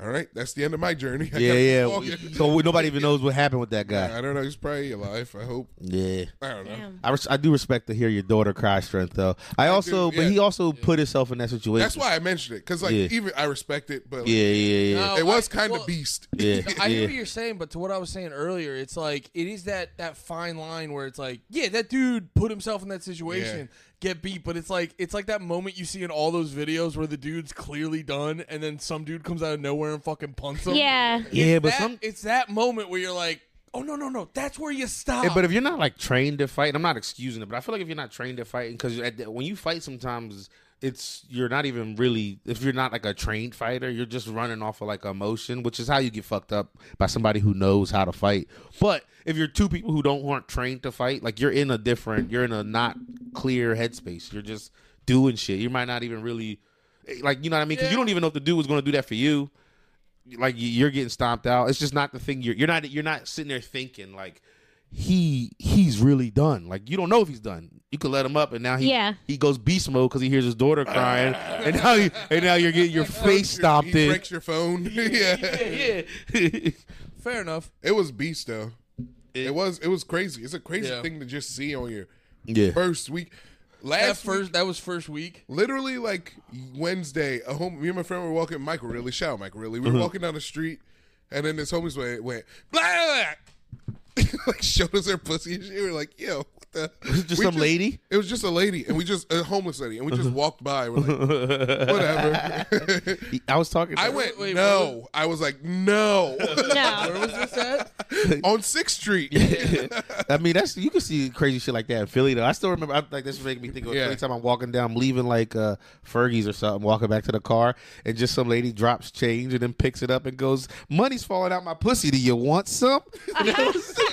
Speaker 3: all right, that's the end of my journey. I
Speaker 2: Yeah,
Speaker 3: gotta
Speaker 2: yeah.
Speaker 3: walk
Speaker 2: We-
Speaker 3: it.
Speaker 2: So we, nobody even knows what happened with that guy.
Speaker 3: I don't know. He's probably alive. I hope.
Speaker 2: Yeah.
Speaker 3: I don't know.
Speaker 4: Damn.
Speaker 2: I, res- I do respect to hear your daughter cry strength though. I also,
Speaker 3: yeah.
Speaker 2: but he also put himself in that situation.
Speaker 3: That's why I mentioned it because like
Speaker 2: Yeah.
Speaker 3: even I respect it, but like,
Speaker 2: Yeah, yeah, yeah.
Speaker 1: No.
Speaker 3: it was
Speaker 1: I-
Speaker 3: kind of
Speaker 1: well-
Speaker 3: beast.
Speaker 2: Yeah.
Speaker 1: I hear
Speaker 2: yeah.
Speaker 1: what you're saying, but to what I was saying earlier, it's like it is that that fine line where it's like, yeah, that dude put himself in that situation, get beat, but it's like it's like that moment you see in all those videos where the dude's clearly done, and then some dude comes out of nowhere and fucking punts him.
Speaker 4: Yeah.
Speaker 1: It's
Speaker 2: Yeah, but
Speaker 1: that-
Speaker 2: some-
Speaker 1: it's that moment where you're like, oh no, no, no, that's where you stop.
Speaker 2: Yeah, but if you're not like trained to fight, and I'm not excusing it, but I feel like if you're not trained to fighting, because when you fight, sometimes it's you're not even really if you're not like a trained fighter, you're just running off of like emotion, which is how you get fucked up by somebody who knows how to fight. But if you're two people who don't aren't trained to fight, like you're in a different, you're in a not clear headspace. You're just doing shit. You might not even really like you know what I mean because you don't even know if the dude was going to do that for you like you- you're getting stomped out. It's just not the thing you're you're not you're not sitting there thinking like he he's really done. Like you don't know if he's done. You could let him up, and now he
Speaker 4: Yeah.
Speaker 2: he goes beast mode because he hears his daughter crying, and now you, and now you're getting your face stomped
Speaker 3: He
Speaker 2: in.
Speaker 3: breaks your phone. yeah,
Speaker 1: yeah, fair enough.
Speaker 3: it was beast though. It, was it was crazy. It's a crazy
Speaker 1: Yeah.
Speaker 3: thing to just see on your
Speaker 2: Yeah.
Speaker 3: first week.
Speaker 1: That
Speaker 3: Last
Speaker 1: first, that was first week.
Speaker 3: literally like Wednesday, a home. Me and my friend were walking. Michael really, shout out Michael really. We were walking down the street, and then this homies went went blah, blah, blah." like showed us their pussy and shit. We were like, yo, what the?
Speaker 2: it just
Speaker 3: We
Speaker 2: some lady?
Speaker 3: It was just a lady, and we just a homeless lady, and we just walked by. We're like, whatever.
Speaker 2: I was talking.
Speaker 3: I went
Speaker 1: wait,
Speaker 3: no. I was like no
Speaker 1: Where
Speaker 4: No.
Speaker 1: was this at?
Speaker 3: on Sixth Street.
Speaker 2: I mean, that's you can see crazy shit like that in Philly though. I still remember. I, like this is making me think of
Speaker 3: Yeah.
Speaker 2: every time I'm walking down, I'm leaving like uh, Fergie's or something, walking back to the car, and just some lady drops change and then picks it up and goes, "Money's falling out my pussy. Do you want some?" And I was-